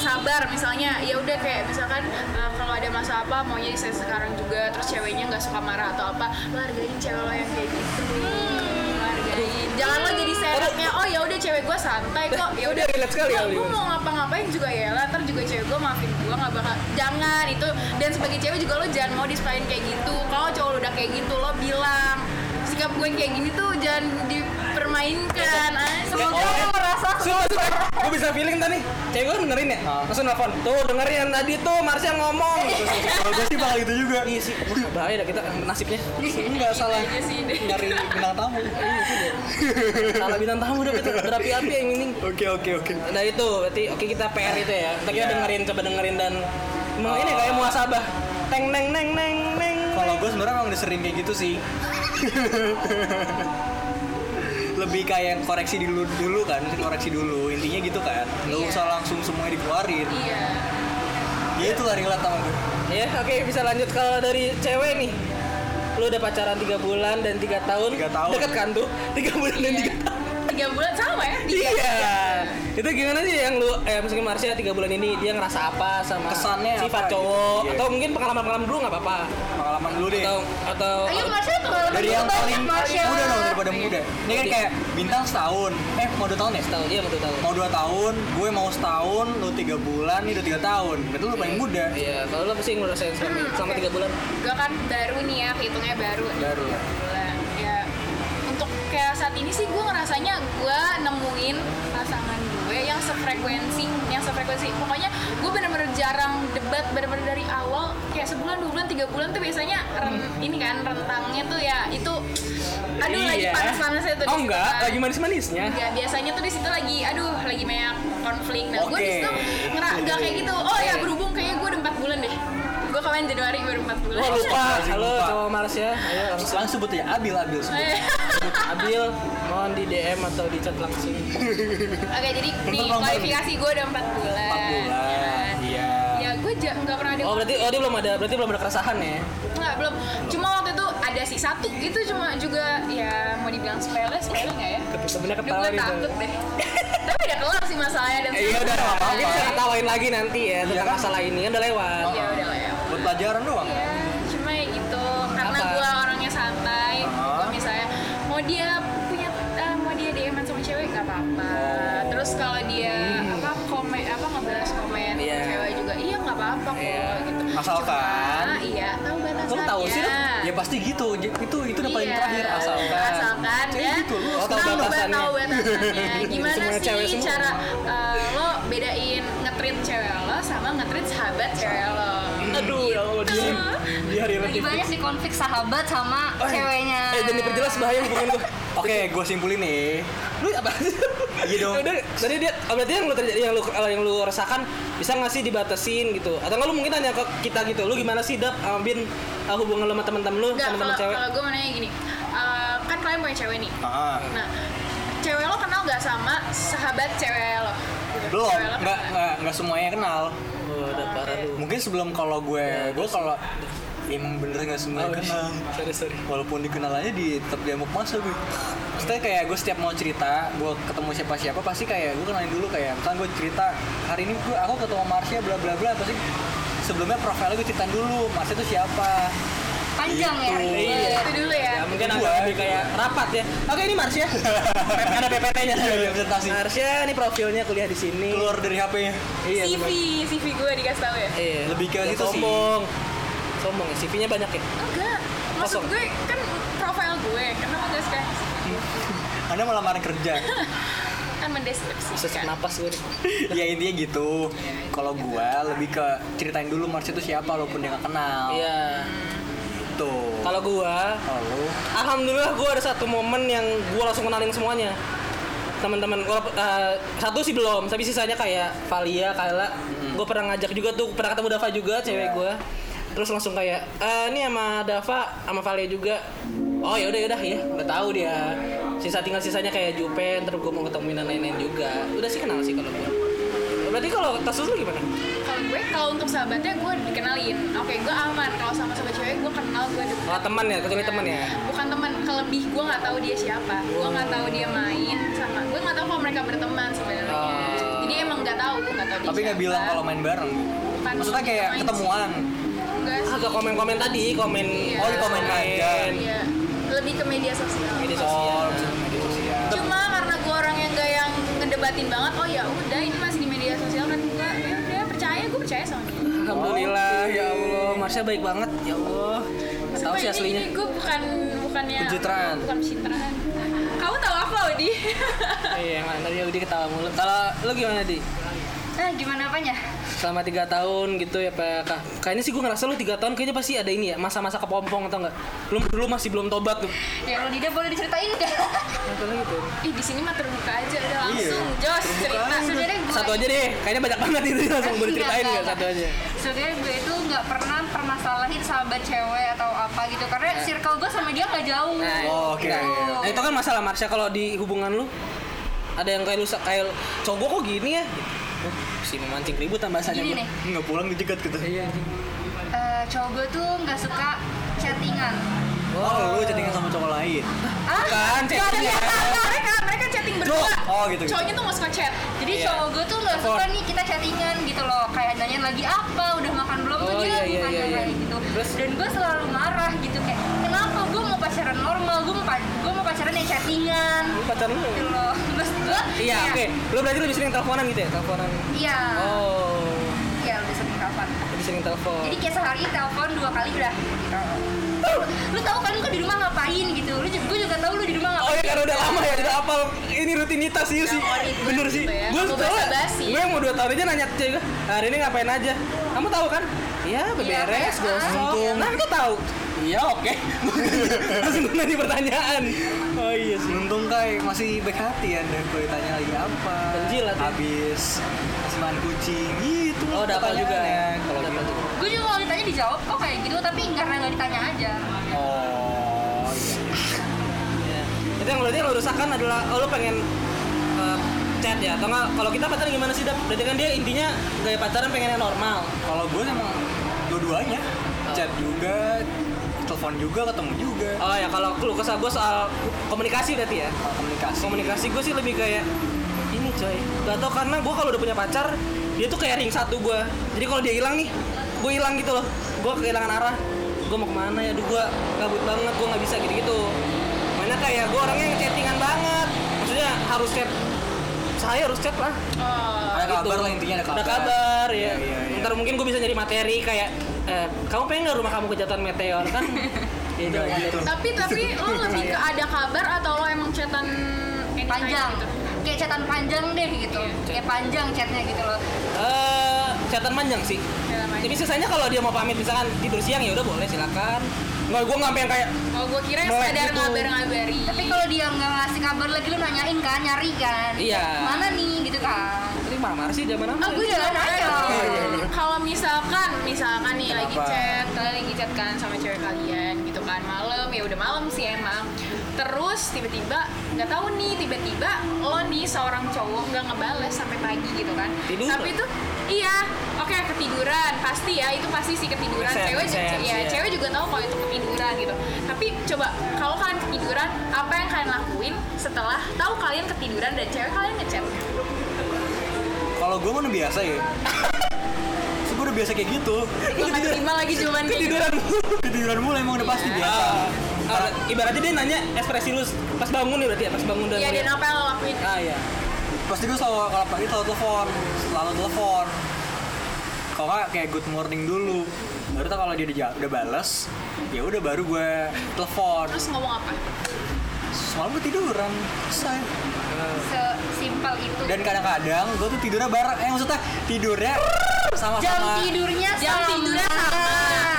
C: sabar misalnya ya udah kayak misalkan eh, kalau ada masalah apa maunya saya sekarang juga terus ceweknya nggak suka marah atau apa lo hargain cewek lo yang kayak gitu Lo hargain jangan lo jadi seenaknya oh ya udah cewek gue santai kok ya udah
A: Dia relate sekali ya,
C: gue
A: Lius.
C: mau ngapa-ngapain juga ya lah ntar juga cewek gue maafin gue nggak bakal jangan itu dan sebagai cewek juga lo jangan mau disepelin kayak gitu kalau cowok lo udah kayak gitu lo bilang sikap gue kayak gini tuh jangan
B: Iya.
C: dipermainkan ah, semoga
A: Oh,
C: lo
A: eh.
C: merasa
A: Sumpah, sumpah Gue bisa feeling tadi Cewek gue benerin ya
B: Ah.
A: Langsung nelfon Tuh dengerin yang tadi tuh Marsha ngomong Gitu.
B: Kalau gue sih bakal gitu juga.
A: Iya sih Wah, Bahaya dah kita nasibnya
B: Enggak salah.
C: aja sih deh.
B: Nyari bintang tamu.
A: Salah bintang tamu udah kita berapi-api yang ini
B: Oke oke oke.
A: Nah itu berarti oke kita PR itu ya. Ntar kita
B: Iya. Oh.
A: dengerin coba dengerin dan mau ini kayak muasabah. Teng neng neng neng neng.
B: Kalau gue sebenarnya emang udah sering kayak gitu sih. Lebih kayak koreksi dulu dulu kan, koreksi dulu. Intinya gitu kan. Nggak
C: Iya.
B: usah langsung semuanya dikeluarin.
C: iya
B: Ya itu lari relate sama gue.
A: Ya oke bisa lanjut kalau dari cewek nih. Lu udah pacaran 3 bulan dan 3 tahun.
B: Tiga tahun. Iya.
A: Dekat kan tuh? 3 bulan dan 3 tahun.
C: tiga bulan sama ya tiga
A: Iya. Itu gimana sih yang lu eh mungkin Marsha 3 bulan ini dia ngerasa apa sama
B: Kesannya
A: sifat
B: apa gitu?
A: cowok
B: Iya.
A: atau mungkin pengalaman-pengalaman dulu nggak apa-apa.
B: Pengalaman dulu deh.
A: Atau atau
D: ayo Marsha pengalaman
B: Dari
D: lu
B: yang
D: banyak,
B: paling
D: Marsha.
B: muda dong daripada muda. Ini
C: Iya.
B: kan kayak bintang setahun. Eh mau dua tahun ya?
A: tahun dia mau tahun.
B: Mau dua tahun, gue mau setahun, lu tiga bulan, ini udah tiga tahun. Berarti lu paling muda.
A: Iya, kalau lu pasti ngerasain selama,
C: Hmm,
A: selama
C: oke.
A: 3 bulan.
C: gue kan baru nih ya hitungnya baru
B: Baru.
C: bulan ya untuk kayak saat ini sih gue ngerasanya gue nemuin pasangan gue yang sefrekuensi yang sefrekuensi frekuensi pokoknya gue bener-bener jarang debat bener-bener dari awal kayak sebulan dua bulan tiga bulan tuh biasanya ren-
A: Hmm.
C: ini kan rentangnya tuh ya itu aduh lagi
B: Iya.
C: panas-panasnya tuh di
A: Oh
C: situ
A: enggak,
C: kan.
A: lagi manis-manisnya.
C: Enggak, biasanya tuh di situ lagi aduh lagi banyak konflik nah gue di
B: Oke.
C: situ ngerak nggak kayak gitu oh ya berhubung kayaknya gue udah empat bulan deh gue kemarin Januari gue udah empat bulan
A: Wah lupa,
B: Masih
A: halo
B: lupa.
A: cowok Mars ya. Ayo langsung
B: langsung sebut aja abil abil sebut
C: Eh,
A: Abil, mohon di DM atau di chat langsung.
C: oke jadi di
B: Nomor- nomor.
C: kualifikasi gue udah empat bulan,
B: empat bulan
C: ya.
B: iya
C: ya gue ja- nggak pernah ada
A: Oh berarti oh dia belum ada, berarti belum ada keresahan ya.
C: nggak belum cuma waktu itu ada sih satu itu cuma juga ya mau dibilang sepele sepele nggak ya
A: Tapi Sebenarnya
C: Aduh,
A: ketawa gitu.
C: gue
A: nih.
C: takut deh tapi udah kelar sih masalahnya dan
B: Eh, gitu. iya, udah, nggak apa-apa.
A: Kita bisa ketawain lagi nanti ya tentang
B: kan?
A: masalah ini kan udah lewat.
C: ya udah lah ya
B: buat pelajaran doang
C: Ya, cuma ya gitu karena
A: Apa?
C: gue orangnya santai
B: Ah.
C: kalau misalnya mau dia punya eh, mau dia DM an sama cewek nggak apa-apa
A: Oh.
C: terus kalau dia apa komen apa ngebales komen
A: Hmm. Iya.
C: cewek juga iya nggak apa-apa kok
A: Iya.
C: gitu
B: Asalkan-
C: Cuma, iya tahu batasannya
A: Kamu tahu sih, lu?
B: ya pasti gitu J- itu itu udah paling
C: Iya,
B: terakhir asalkan
C: asalkan
B: Jadi
C: ya
B: gitu
A: Oh,
B: lu
A: tahu
B: tahu
C: tahu
B: batas
A: batas.
C: batasannya.
A: batasannya.
C: tahu batasannya gimana
A: Semua cewek
C: sih
A: semua.
C: cara eh, lo bedain ngetrit cewek lo sama ngetrit sahabat cewek lo
A: Aduh, ya Allah,
C: Gitu.
A: diem. Di hari
D: Lagi banyak sih konflik sahabat sama ceweknya.
A: Eh jangan diperjelas bahaya hubungan gue.
B: oke gue simpulin nih
A: Lu apa?
B: Iya dong.
A: Udah, tadi dia oh, berarti yang lu terja- yang lu yang lu rasakan bisa nggak sih dibatasin gitu? Atau nggak lu mungkin tanya ke kita gitu. Lu gimana sih Dap uh, Bin uh, hubungan lu sama teman-teman lu,
C: Enggak,
A: teman-teman
C: kalau
A: cewek?
C: kalau gue mau nanya gini, eh, kan kalian punya cewek nih.
B: Ah,
C: Nah, cewek lo kenal nggak sama sahabat cewek lo?
B: belum
C: Cewek lo kenal
B: nggak nggak nggak semuanya kenal
A: Oh, udah parah lu.
B: mungkin sebelum kalau gue gue kalau emang bener nggak semuanya kenal
A: Sorry, sorry.
B: walaupun dikenalannya di tetap diamuk masa gue maksudnya kayak gue setiap mau cerita gue ketemu siapa siapa pasti kayak gue kenalin dulu kayak misalnya gue cerita hari ini gue aku ketemu Marsha bla bla bla pasti sebelumnya profilnya gue ceritain dulu Marsha itu siapa
D: Panjang ya.
A: Gitu.
B: Iya.
C: Iya, Itu dulu ya.
A: Ya, mungkin
B: Kedua,
A: agak lebih
B: gitu.
A: kayak rapat ya. Oke, ini Marsya. Ada PPT-nya.
B: Iya, iya, presentasi.
A: Marsya, ya, ini profilnya kuliah di sini.
B: keluar dari HP-nya
A: Iya,
C: CV,
A: bener.
C: CV gue dikasih tahu ya.
A: Iya.
B: Lebih ke
A: Ya,
B: situ sih.
A: sombong. Sombong ya, CV-nya banyak ya.
C: Enggak, maksud
A: Kosong.
C: gue kan profil gue, kenapa nggak sih kayak
B: Anda mau lamaran kerja
C: kan
A: Sesak
C: mendeskripsikan.
A: napas gue. nih.
B: ya intinya gitu kalau gue lebih ke ceritain dulu Marsha itu siapa walaupun dia nggak kenal
A: Iya.
B: gitu
A: Kalau gua
B: kalau lu
A: Alhamdulillah gue ada satu momen yang gue langsung kenalin semuanya teman-teman gue satu sih belum tapi sisanya kayak Valia Kayla gue pernah ngajak juga tuh pernah ketemu Dava juga cewek
B: Iya.
A: gue terus langsung kayak "Eh, ini sama Dava sama Valia juga oh ya udah udah ya udah tahu dia sisa tinggal sisanya kayak Jupen terus gue mau ketemuin dan lain-lain juga udah sih kenal sih kalau gue berarti kalau kasus lu gimana
C: Kalau gue kalau untuk sahabatnya gue dikenalin. Oke, gue aman kalau sama sama cewek gue kenal gue dekat.
A: oh, teman ya kecuali teman ya
C: bukan teman kelebih gue nggak tahu dia siapa gue nggak tahu dia main sama gue nggak tahu kalau mereka berteman sebenarnya
A: Oh.
C: jadi emang nggak tahu gue nggak tahu dia
B: tapi nggak
C: siapa.
B: bilang kalau main bareng
C: Bukan
B: maksudnya kayak
C: main sih.
B: ketemuan
C: Enggak sih.
A: agak komen-komen tadi komen
C: Iya.
B: Oh, di komen aja.
C: Iya. lebih ke media sosial
A: media
B: oh
A: sosial
B: media sosial
C: cuma karena gue orang yang gak yang ngedebatin banget oh ya udah ini masih di media sosial kan enggak ya udah percaya gue percaya sama dia
A: Alhamdulillah ya Allah, Marsha baik banget ya Allah. Gak tahu
C: Sumpah,
A: sih
C: ini-
A: aslinya.
C: ini gue bukan bukannya
B: Pencitraan.
C: bukan pencitraan kamu tahu apa Odi
A: Iya, yang tadi Udi ketawa mulu. Kalau lu gimana di?
D: Eh, gimana apanya?
A: Selama tiga tahun gitu ya Pak. Kak. Kayaknya sih gue ngerasa lu tiga tahun kayaknya pasti ada ini ya masa-masa kepompong atau enggak? Lu dulu masih belum tobat tuh.
D: Ya kalau Dida boleh diceritain enggak?
A: Apa lagi tuh?
C: Ih di sini mah terbuka aja udah langsung Jos cerita
D: Sebenarnya gue
A: Nah, Satu Iya. aja deh, kayaknya banyak banget itu langsung boleh ceritain ya
D: Enggak, enggak,
A: satu aja.
D: enggak. Sebenarnya gue itu nggak pernah permasalahin sahabat cewek atau apa gitu karena circle gue sama dia nggak jauh. Gitu.
A: Nah,
B: Oh, oke.
A: enggak. Nah, itu kan masalah Marsha kalau di hubungan lu ada yang kayak lu kayak cowok gua kok gini ya? Gitu. Si memancing ribut tambah saja gua.
D: Gini nih,
B: nggak pulang dijegat gitu
A: Iya.
D: eh, cowok gue tuh nggak suka chattingan.
B: oh lu chattingan sama cowok lain
D: Ah,
A: Kan chattingnya.
C: mereka mereka chatting berdua
B: Oh, gitu, gitu.
C: cowoknya tuh nggak suka chat
D: Jadi
A: Iya.
D: cowok gue tuh nggak suka nih kita chattingan gitu loh, kayak nanyain lagi apa, udah makan belum tuh
A: Oh,
D: dia
A: iya, iya,
D: nanya
A: iya,
D: kayak
A: iya.
D: gitu.
A: Terus?
D: Dan gue selalu marah gitu kayak, kenapa gue mau pacaran normal, gue mau pa- gue mau pacaran yang chattingan
A: Lu pacar lu.
D: gitu loh. Terus gue,
A: Iya,
D: kayak,
A: oke. Lu berarti lebih sering teleponan gitu ya? Teleponan.
D: Iya,
A: Oh,
D: iya udah sering kapan.
A: lebih sering telepon.
D: Jadi kayak sehari telepon dua kali udah gitu. lu, lu tahu kan gue di rumah ngapain gitu lu gue juga tahu lu di rumah
A: Oh
D: ngapain
A: ya karena udah lama ya udah hafal ini rutinitas iya sih.
C: Nah, audit gue
A: Bener sih.
C: gitu ya.
A: Gue
C: Kalau
A: setelah
C: basa-basi.
A: gue mau dua tahun aja nanya ke cewek gue, hari ini ngapain aja? Kamu tahu kan? Iya, beberes,
D: Iya,
A: gosok.
B: ah.
A: Nah, kita tahu. Iya, oke. Langsung nanya pertanyaan. Oh iya sih.
B: Untung Kai masih baik hati Anda kalau ditanya lagi apa.
A: Benjil lah tuh.
B: Habis kasihan kucing gitu.
A: Oh, dapat juga
B: pertanyaannya.
A: ya.
B: Kalau
A: Dapat
B: gitu.
A: juga.
D: gue juga kalau ditanya dijawab kok kayak gitu tapi karena nggak ditanya aja
B: Oh, iya.
A: Iya. Itu yang berarti yang lo rusakkan adalah oh, lo pengen eh, chat ya atau nggak kalau kita pacaran gimana sih dap berarti kan dia intinya gaya pacaran pengen yang normal
B: Kalau gue emang dua-duanya
A: Ah.
B: chat juga, telepon juga, ketemu juga.
A: oh ya kalau keluh kesah gue soal komunikasi berarti ya
B: Komunikasi.
A: komunikasi gue sih lebih kayak ini coy gak tau karena gue kalau udah punya pacar dia tuh kayak ring satu gue jadi kalau dia hilang nih gue hilang gitu loh gue kehilangan arah gue mau kemana ya aduh gue gabut banget gue nggak bisa gitu gitu mana kayak gue orangnya yang chattingan banget maksudnya harus chat saya harus chat lah
C: Oh,
B: Ada
A: gitu.
B: kabar lah intinya ada kabar.
A: Ada kabar ya.
B: Iya, iya, iya.
A: Ntar mungkin gue bisa nyari materi kayak eh, kamu pengen nggak rumah kamu kejatuhan meteor kan? ya,
B: Nggak
A: jangan.
B: gitu.
C: tapi tapi lo lebih ke ada kabar atau lo emang chatan anytime
D: panjang
C: gitu?
D: kayak catatan panjang deh gitu kayak panjang chatnya gitu loh
A: Eh, catatan panjang sih.
C: Catatan panjang.
A: Tapi sisanya kalau dia mau pamit misalkan tidur siang ya udah boleh silakan. Nggak, gue nggak pengen kayak
C: Oh, gue kira yang
A: Melek
C: sekadar
A: gitu.
C: ngabar-ngabari.
D: tapi kalau dia nggak ngasih kabar lagi lu nanyain kan nyari kan
A: Iya.
D: mana nih gitu kan
A: ini marah sih zaman ya?"
C: Ah,
A: apa?
C: gue juga
D: Jalan aja.
C: nanya.
A: iya, iya.
C: Kalau misalkan, misalkan nih lagi
B: Kenapa?
C: chat, kalian lagi chat kan sama cewek kalian gitu kan malam ya udah malam sih emang. Terus tiba-tiba nggak tahu nih tiba-tiba lo nih seorang cowok nggak ngebales sampai pagi gitu kan.
A: Tidur.
C: Tapi itu iya, oke ketiduran pasti ya itu pasti sih
A: Make
C: ketiduran.
A: sense,
C: cewek
A: make
C: juga-
A: sense,
C: ya,
A: iya.
C: cewek juga tahu kalau itu ketiduran gitu. Tapi coba kalau kalian ketiduran apa yang kalian lakuin setelah tahu kalian ketiduran dan cewek kalian ngechat?
B: Kalau gue mah udah biasa ya. So, gue udah biasa kayak gitu.
A: Iya.
C: Nggak terima lagi cuman kayak gitu.
A: Tiduran.
B: Tiduran mulu emang udah
A: Iya.
B: pasti biasa.
A: Ah, ibaratnya dia nanya ekspresi lu pas bangun nih berarti ya pas bangun dan
C: Iya, dan apa yang lo lakuin?
A: ah iya
B: Pasti gue selalu kalau pagi selalu telepon, selalu telepon. Kalau nggak kayak good morning dulu. Baru tau kalau dia udah, ja- udah balas, ya udah baru gue telepon.
C: Terus ngomong apa?
B: Semalam gue tiduran, selesai.
D: sesimpel itu
B: Dan kadang-kadang gue tuh tidurnya bareng, eh maksudnya tidurnya sama-sama.
D: jam tidurnya
C: Jam
D: sama.
C: tidurnya sama.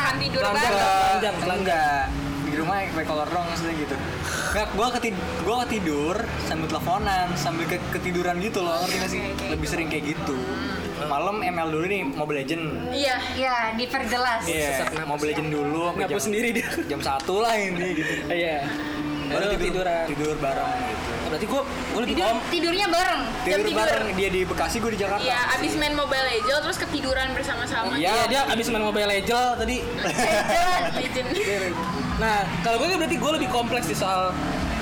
C: Kan tidur
A: Telanjang.
C: bareng.
A: telanjang, telanjang.
B: enggak di rumah kayak kolor dong maksudnya gitu nggak gue ketid gue ketidur sambil teleponan sambil ke- ketiduran gitu loh ngerti nggak sih
C: Oke, oke. Hmm.
B: lebih sering kayak gitu malam ML dulu nih Mobile Legend
C: Iya.
D: ya diperjelas
B: Iya,
A: sesak napas
B: Mobile Legend dulu sampai
A: Napas sendiri dia.
B: Jam satu lah ini gitu.
A: iya baru
B: tidur,
A: tiduran
B: tidur bareng gitu.
A: berarti gue gue lebih
D: tidur
A: om
D: tidurnya bareng
C: Jam
B: Tidur
C: tidur.
B: bareng dia di Bekasi, gue di Jakarta.
C: Iya, abis main Mobile Legends terus ketiduran bersama-sama.
A: Iya, dia abis main Mobile Legends tadi.
C: Legend.
A: Nah, kalau gue berarti gue lebih kompleks di soal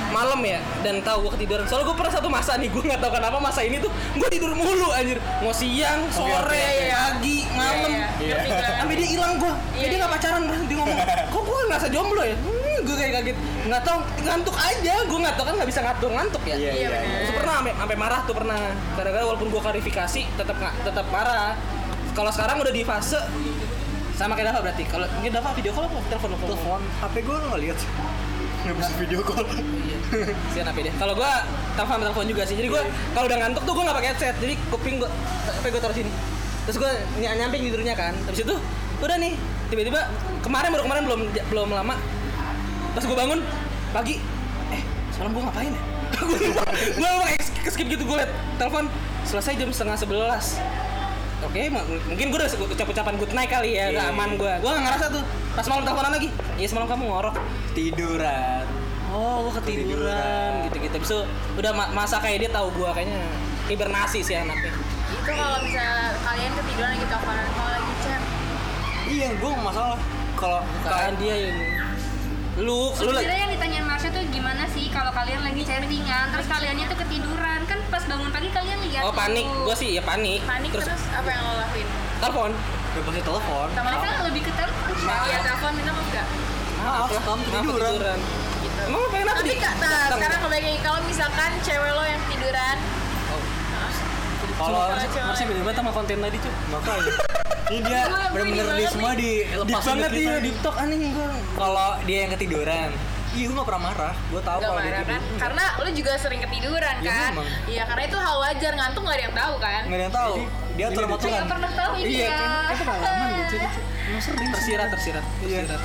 A: malam ya dan tahu gue ketiduran. Soalnya gue pernah satu masa nih gue nggak tahu kenapa masa ini tuh gue tidur mulu anjir. Mau siang,
C: Oh,
A: sore,
B: oke.
A: pagi, malam.
C: Iya, iya.
B: Iya.
C: Ngerti gue.
A: Sampai dia hilang gue,
C: Iya,
A: jadi nggak pacaran bro. Dia ngomong, kok gue ngerasa jomblo ya? Hmm, gue kayak kaget, nggak tahu ngantuk aja. Gue nggak tahu kan nggak bisa ngatur ngantuk ya.
B: Iya,
C: Iya,
B: iya.
C: bener.
A: Terus pernah sampai sampai marah tuh pernah. Gara-gara walaupun gua klarifikasi tetap nggak tetap marah. Kalau sekarang udah di fase sama kayak Dava berarti. Kalau mungkin Dava video call apa telepon apa?
B: Telepon, HP gue lo nggak lihat. Nggak bisa video call.
A: Sian apa dia? Kalau gua telepon sama telepon juga sih. Jadi gua kalau udah ngantuk tuh gua nggak pakai headset. Jadi kuping gua apa gua taruh sini. Terus gua ny- nyamping tidurnya kan. Habis itu udah nih tiba-tiba kemarin baru kemarin belum belum lama. Pas gua bangun pagi eh semalam gua ngapain ya? gua lupa. Gua lupa kayak sk- skip gitu gua liat telepon selesai jam setengah sebelas. Oke, m- mungkin gue udah se- ucap-ucapan good night kali ya, udah
B: Iya.
A: aman gue. Gue gak ngerasa tuh. Pas malam teleponan lagi, iya semalam kamu ngorok.
B: Tiduran.
A: Oh, gue
B: Ketiduran.
A: ketiduran gitu-gitu. Bisa udah ma- masa kayak dia tahu gua kayaknya hibernasi sih anaknya.
C: Itu kalau misalnya kalian ketiduran lagi teleponan, kalau lagi chat.
B: Iya, gue masalah kalau
A: Kan dia ini. Lu lu lagi
D: Sebenarnya yang ditanyain Marsha tuh gimana sih kalau kalian lagi chattingan terus kaliannya tuh ketiduran kan pas bangun pagi kalian lihat
A: Oh
D: tuh.
A: panik, gua sih ya panik.
C: Panik terus, apa yang lo lakuin?
A: telepon.
B: udah pasti telepon.
C: Sama
D: mereka
C: lo?
D: lebih ke telepon
C: Iya, telepon minta maaf nggak?
B: Maaf,
A: lah,
B: kamu
A: kenapa
B: tiduran.
C: Gitu.
A: Emang lu pengen apa
C: Tapi
A: Di?
C: kak, nah,
A: Datang.
C: sekarang kembali lagi kalau misalkan cewek lo yang ketiduran,
B: Kalau
C: Cuma kalau
A: Masih beda banget sama konten tadi, cuy.
B: makanya Ini dia
C: Gua- gua
B: bener-bener
C: ini
B: di
C: banget
B: semua di
A: Deep
B: lepas
A: banget iya, deep talk aneh gue.
B: Kalau dia yang ketiduran, iya gue gak pernah marah. Gue tahu
C: Gak
B: kalau dia
C: marah
A: gitu?
C: kan?
B: tidur.
C: Karena lu juga sering ketiduran
B: Iya,
C: kan?
B: memang.
C: Iya karena itu hal wajar ngantuk gak ada yang tahu kan? Iya,
B: Nggak ada yang tahu. Dia atur
D: Saya
B: motoran.
D: nggak pernah tahu
A: Iya,
D: ini ya.
A: gitu.
B: Tersirat, tersirat,
A: Iya.
B: tersirat.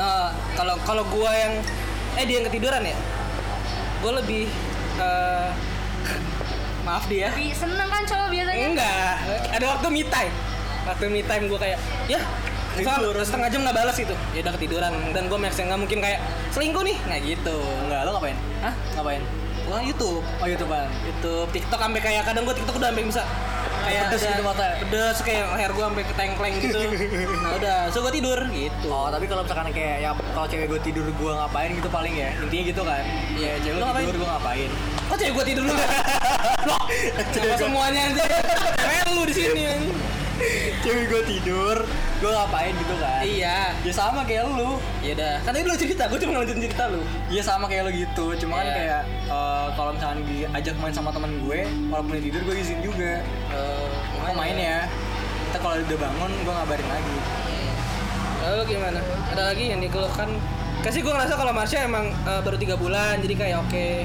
A: Nah, kalau kalau gua yang eh dia yang ketiduran ya. Gua lebih eh, maaf dia.
D: Lebih seneng kan cowok biasanya.
A: Enggak, ada waktu me time. Waktu me time gue kayak, ya misal setengah jam nggak balas gitu, ya udah ketiduran dan gue merasa nggak mungkin kayak selingkuh nih nggak gitu
B: Enggak, lo ngapain?
A: Hah?
B: Ngapain?
A: Gua YouTube
B: Oh YouTubean.
A: YouTube TikTok sampai kayak kadang gue TikTok udah sampai bisa kayak
B: Pedes
A: udah-
B: gitu matanya.
A: pedes kayak leher gue sampai ketengkleng gitu nah udah so gue tidur gitu
B: Oh tapi kalau misalkan kayak ya kalau cewek gue tidur gue ngapain gitu paling ya intinya gitu kan. Iya cewek
A: Lo
B: gue
A: ngapain?
B: tidur gue ngapain?
A: kok cewek gue tidur dulu loh coba semuanya aja Emang lu di sini anjing.
B: cewek gue tidur gue ngapain gitu kan?
A: iya
B: Ya sama kayak lu.
A: ya udah kan tadi lu cerita gue cuma ngelanjutin cerita lu
B: Iya sama kayak lo gitu, cuma kan
A: Iya.
B: kayak eh, kalau misalkan diajak main sama teman gue, walaupun dia tidur gue izin juga.
A: Eh,
B: Mau main ya. Kita kalau udah bangun gue ngabarin lagi.
A: Lalu gimana? Ada lagi yang dikeluhkan? Kasih gue ngerasa kalau Marsha emang eh, baru tiga bulan, jadi kayak oke.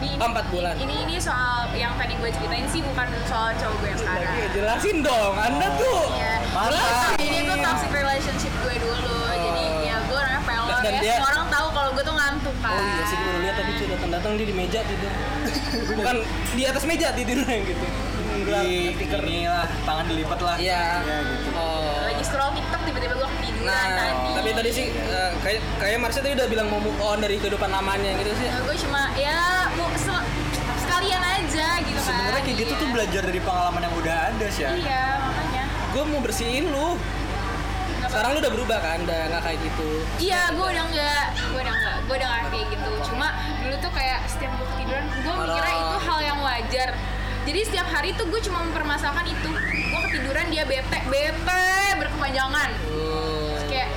C: Ini-
A: Oh, empat bulan.
C: Ini ini soal yang tadi gue ceritain sih bukan soal cowok gue yang sekarang.
A: Ya, jelasin dong, Anda tuh.
C: Iya.
B: Mantap.
C: Jelasin. Ini tuh toxic relationship gue dulu. Jadi ya gue orangnya pelor
A: Oh. Dan- dan
C: ya.
A: dia-
C: Semua orang tahu kalau gue tuh ngantuk kan.
A: Oh iya sih gue lihat tadi tuh datang-datang dia di meja tidur. Bukan di atas meja tidurnya gitu.
B: Di inilah tangan dilipat lah.
A: Iya.
B: gitu.
A: Oh.
C: Lagi scroll TikTok tiba-tiba gue ketiduran
A: Nah,
C: tadi.
A: tapi tadi sih eh, kayak kayak Marsha tadi udah bilang mau move on dari kehidupan lamanya gitu sih.
C: Ya, gue cuma ya mau se- sekalian aja gitu kan.
B: Sebenarnya kayak gitu
C: Iya.
B: tuh belajar dari pengalaman yang udah ada sih ya.
C: Iya makanya.
A: Gue mau bersihin lu.
C: Nggak
A: Sekarang lu udah berubah kan, udah nggak kayak gitu.
C: Iya, gue udah enggak, gue udah enggak, gue udah enggak kayak gitu. Cuma dulu tuh kayak setiap gue ketiduran, gue mikirnya itu hal yang wajar. Jadi setiap hari tuh gue cuma mempermasalahkan itu. Gue ketiduran dia bete, bete berkepanjangan.
A: Iya,
C: Terus kayak,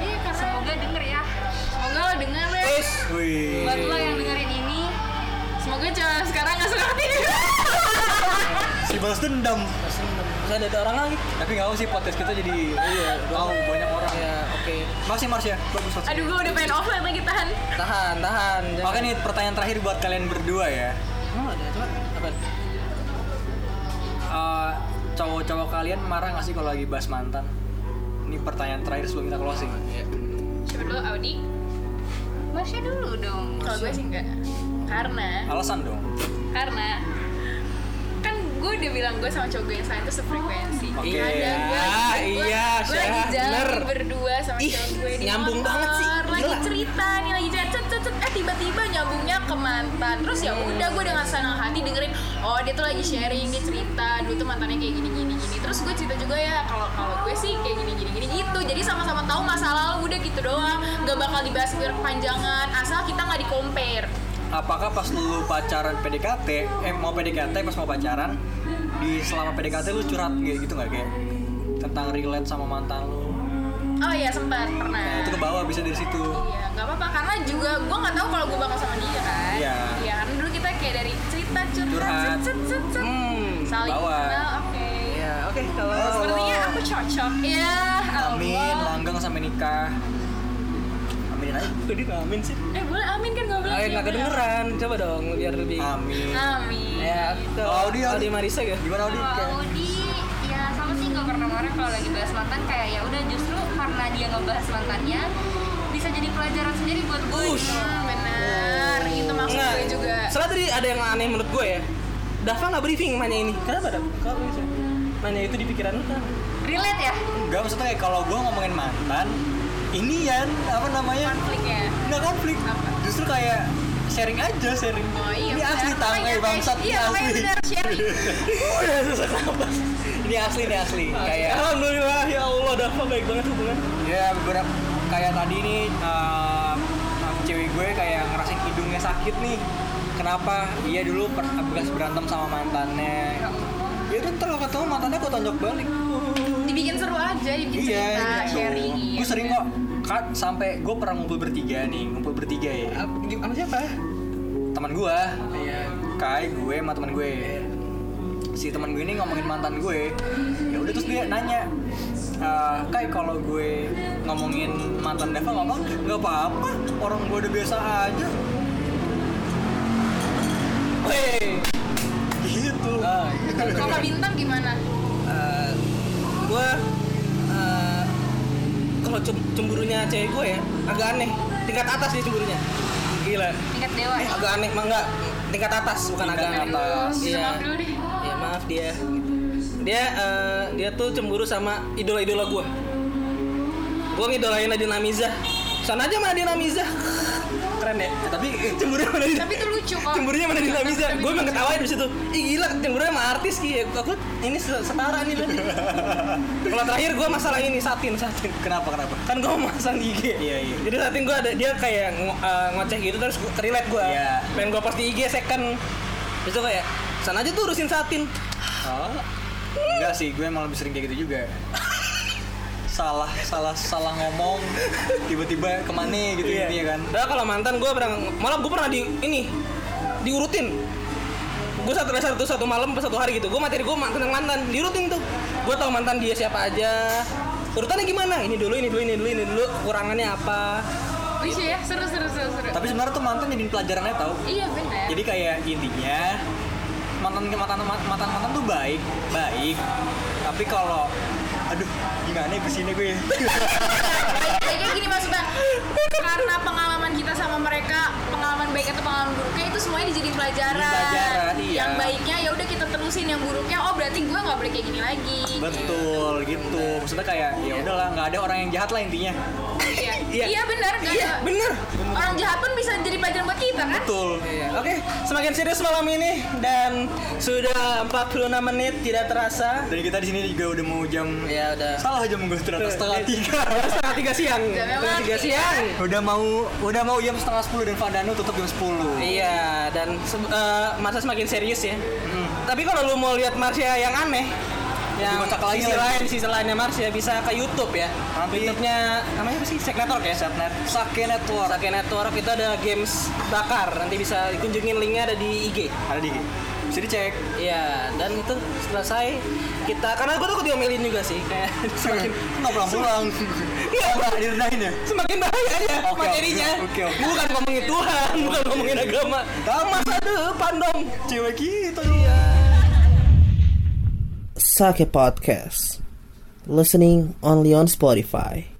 C: eh karena
D: Semoga denger ya.
C: semoga lo denger ya.
A: Terus
B: Wih.
D: Buat lo yang dengerin ini,
C: Semoga cewek sekarang nggak suka ketiduran.
B: Si balas dendam.
A: terus ada ada orang lagi.
B: Tapi nggak apa sih podcast kita jadi
A: Iya,
B: wow banyak orang.
A: Ya, oke.
B: Makasih Mars ya. Bagus bagus.
C: Iya. Aduh, gue udah pengen offline lagi tahan.
A: Tahan, tahan. Jangan.
B: Oke nih pertanyaan terakhir buat kalian berdua ya.
A: Emang ada coba apa?
B: Eh, cowok-cowok kalian marah nggak sih kalau lagi bahas mantan? Ini pertanyaan terakhir sebelum kita closing.
C: Iya. Coba dulu Audi.
A: Eh.
D: masya dulu dong.
C: Kalau gue sih enggak. Karena
B: Alasan dong.
C: karena kan gue udah bilang gue sama cowok gue yang sekarang itu sefrekuensi
B: Oke.
C: ada gue
A: Oh, Ah,
C: lagi gue,
A: iya,
C: gue lagi
A: Syah,
C: jalan
A: bener.
C: berdua sama
A: Ih,
C: cowok gue di
A: nyambung
C: motor,
A: banget sih,
C: lagi
A: gila.
C: cerita nih lagi cerita cet, cet, cet. eh tiba-tiba nyambungnya ke mantan terus ya udah gue dengan senang hati dengerin oh dia tuh lagi sharing dia cerita dulu tuh mantannya kayak gini gini gini terus gue cerita juga ya kalau kalau gue sih kayak gini gini gini gitu jadi sama-sama tahu masa lalu udah gitu doang nggak bakal dibahas berpanjangan asal kita nggak di compare
B: Apakah pas lu pacaran PDKT, eh mau PDKT pas mau pacaran, di selama PDKT lu curhat kayak gitu nggak kayak tentang relate sama mantan lu?
C: oh iya sempat pernah
B: Nah, itu ke bawah bisa dari situ.
C: Iya, nggak apa-apa karena juga gue nggak tahu kalau gue bakal sama dia kan.
B: Iya.
C: karena dulu kita kayak dari cerita curhat,
B: Curhat.
C: cet, cet, cet, cet.
A: Hmm.
C: saling
B: bawa. Iya.
C: kenal, oke.
A: Ya, oke kalau
C: Sepertinya aku cocok. Ya,
B: Amin,
C: Allah.
B: langgang sampai nikah. Amin aja.
A: Jadi amin sih.
C: Eh boleh amin kan gue bilang.
A: Ayo nggak kedengeran, coba dong biar lebih.
B: Amin.
C: Ah. Amin.
A: Ya, ke
B: Oh, Audi,
A: Audi
B: Audi.
A: Marisa gitu.
B: Gimana Audi? Kayak-
D: Kalau Audi ya sama sih nggak pernah marah kalau lagi bahas mantan kayak ya udah justru karena dia ngebahas mantannya bisa jadi pelajaran sendiri buat gue.
A: Ush.
C: Hmm, benar. Itu maksud
A: Nah,
C: gue juga.
A: Soalnya tadi ada yang aneh menurut gue ya. Dava nggak briefing nanya ini. Kenapa Dav? Kalau bisa. Nanya itu di pikiran lu kan?
D: Relate ya?
B: Enggak maksudnya kayak kalau gue ngomongin mantan, ini ya apa namanya?
C: Konflik ya.
B: Nggak konflik.
C: Apa?
B: Justru kayak sharing aja, sharing.
C: Oh iya.
B: ini
C: benar.
B: asli
C: Makanya,
B: tangga
C: guys.
B: bangsat, ini
C: Iya, makanya
B: asli.
C: benar sharing.
A: Udah susah nafas.
B: Ini asli, ini asli.
C: Oh,
B: Kayak
C: iya.
A: Alhamdulillah ya Allah Dava baik banget hubungan.
B: ya beberapa kayak tadi nih eh, cewek gue kayak ngerasain hidungnya sakit nih. Kenapa? Iya dulu per- bekas berantem sama mantannya. Ya udah ntar kalau ketemu mantannya gue tonjok balik. Iya, gitu.
C: Dibikin seru aja, dibikin cerita, sharing. iya.
B: Gue sering kok kan sampai gue pernah ngumpul bertiga nih, ngumpul bertiga ya.
A: Apa- Sama siapa?
B: Iya. Teman gue, Kai, gue sama teman gue. si teman gue ini ngomongin mantan gue ya udah terus dia nanya "Eh, Kai kalau gue ngomongin mantan Dava ngomong nggak apa-apa orang gue udah biasa aja
A: Weh,
B: gitu
A: Ah,
D: iya.
C: Kalau bintang gimana?
A: eh, gue eh, kalau cem- cemburunya cewek gue ya agak aneh tingkat atas dia cemburunya gila
D: tingkat dewa ya?
A: eh agak aneh mah enggak tingkat atas bukan agak
B: Tingkat
A: aneh
B: atas.
A: Iya.
C: Maaf dulu deh.
A: ya maaf dia dia eh, dia tuh cemburu sama idola idola gue gue ngidolain Nadine Amizah sana aja mana Nadine Amizah
B: keren ya tapi eh,
A: cemburu sama Nadine
C: Tapi itu lucu
B: Oh,
C: kok.
A: cemburunya mana Nadine Amizah gue emang ketawain di situ ih gila cemburu sama artis ki Ya, aku ini se- setara nih berarti kalau terakhir gue masalah ini satin satin
B: kenapa kenapa
A: kan gue mau masang di IG
B: Iya, iya.
A: jadi saat gue ada dia kayak ngo- eh, ngoceh gitu terus gua- relate gue
B: Iya.
A: pengen gue post di IG second terus gua kayak sana aja tuh urusin satin
B: Oh, enggak sih, gue emang lebih sering kayak gitu juga. salah, salah, salah ngomong, tiba-tiba kemana gitu gitu ya kan?
A: Padahal kalau mantan gue pernah malam gue pernah di ini diurutin. Gue satu satu satu malam pas satu hari gitu. Gue materi gue mantan mantan diurutin tuh. Gue tahu mantan dia siapa aja. Urutannya gimana? Ini dulu, ini dulu, ini dulu, ini dulu. Kurangannya apa?
C: Lucu ya, seru seru seru seru.
B: Tapi sebenarnya tuh mantan jadi pelajarannya tau.
C: Iya benar.
B: Jadi kayak intinya mantan mantan mantan mantan tuh baik, baik. Tapi kalau aduh gimana ya kesini gue
C: Ya, Kayak kayak gini maksudnya karena pengalaman kita sama mereka pengalaman baik atau pengalaman buruknya itu semuanya dijadiin pelajaran.
B: Pelajaran, iya.
C: Yang baiknya ya udah kita terusin yang buruknya oh berarti gue nggak boleh kayak gini lagi.
B: betul gitu maksudnya kayak ya udahlah nggak ada orang yang jahat lah intinya
C: Iya.
A: Iya.
C: Iya benar nggak
A: Iya,
C: ada-
A: bener.
C: Orang jahat pun bisa jadi pelajaran buat kita kan?
B: betul
A: Iya. Oke, semakin serius malam ini dan sudah 46 menit tidak terasa.
B: dan kita di sini juga udah mau jam
A: Ya udah.
B: salah jam gue
A: Iya.
B: ternyata setengah tiga
A: Setengah tiga siang.
C: Udah
A: Setengah
C: lewat.
A: tiga siang.
B: Udah mau udah mau jam setengah sepuluh dan Fadano tutup jam sepuluh.
A: Iya, dan se- eh, masa semakin serius ya. Tapi kalau lu mau lihat Marsha yang aneh, yang
B: Dikocak lagi
A: sisi
B: lagi.
A: lain, sisi lainnya Marsha bisa ke YouTube ya.
B: Nanti-
A: YouTube-nya namanya apa sih? Sek Network ya.
B: Setnet Sake Network
A: Sake Network itu ada games bakar. Nanti bisa kunjungin linknya ada di IG.
B: ada di bisa dicek.
A: Iya, dan itu selesai kita karena gue takut diomelin juga sih kayak semakin
B: Nggak pulang-pulang.
A: Iya.
B: Nggak direndahin ya.
A: semakin bahaya ya
B: Oke,
A: materinya.
B: oke, oke.
A: Bukan ngomongin Tuhan, bukan ngomongin agama.
B: Agama.
A: Mas aduh, pandong.
B: Cewek gitu. kita.
A: Iya.
E: Sake Podcast. Listening only on Spotify.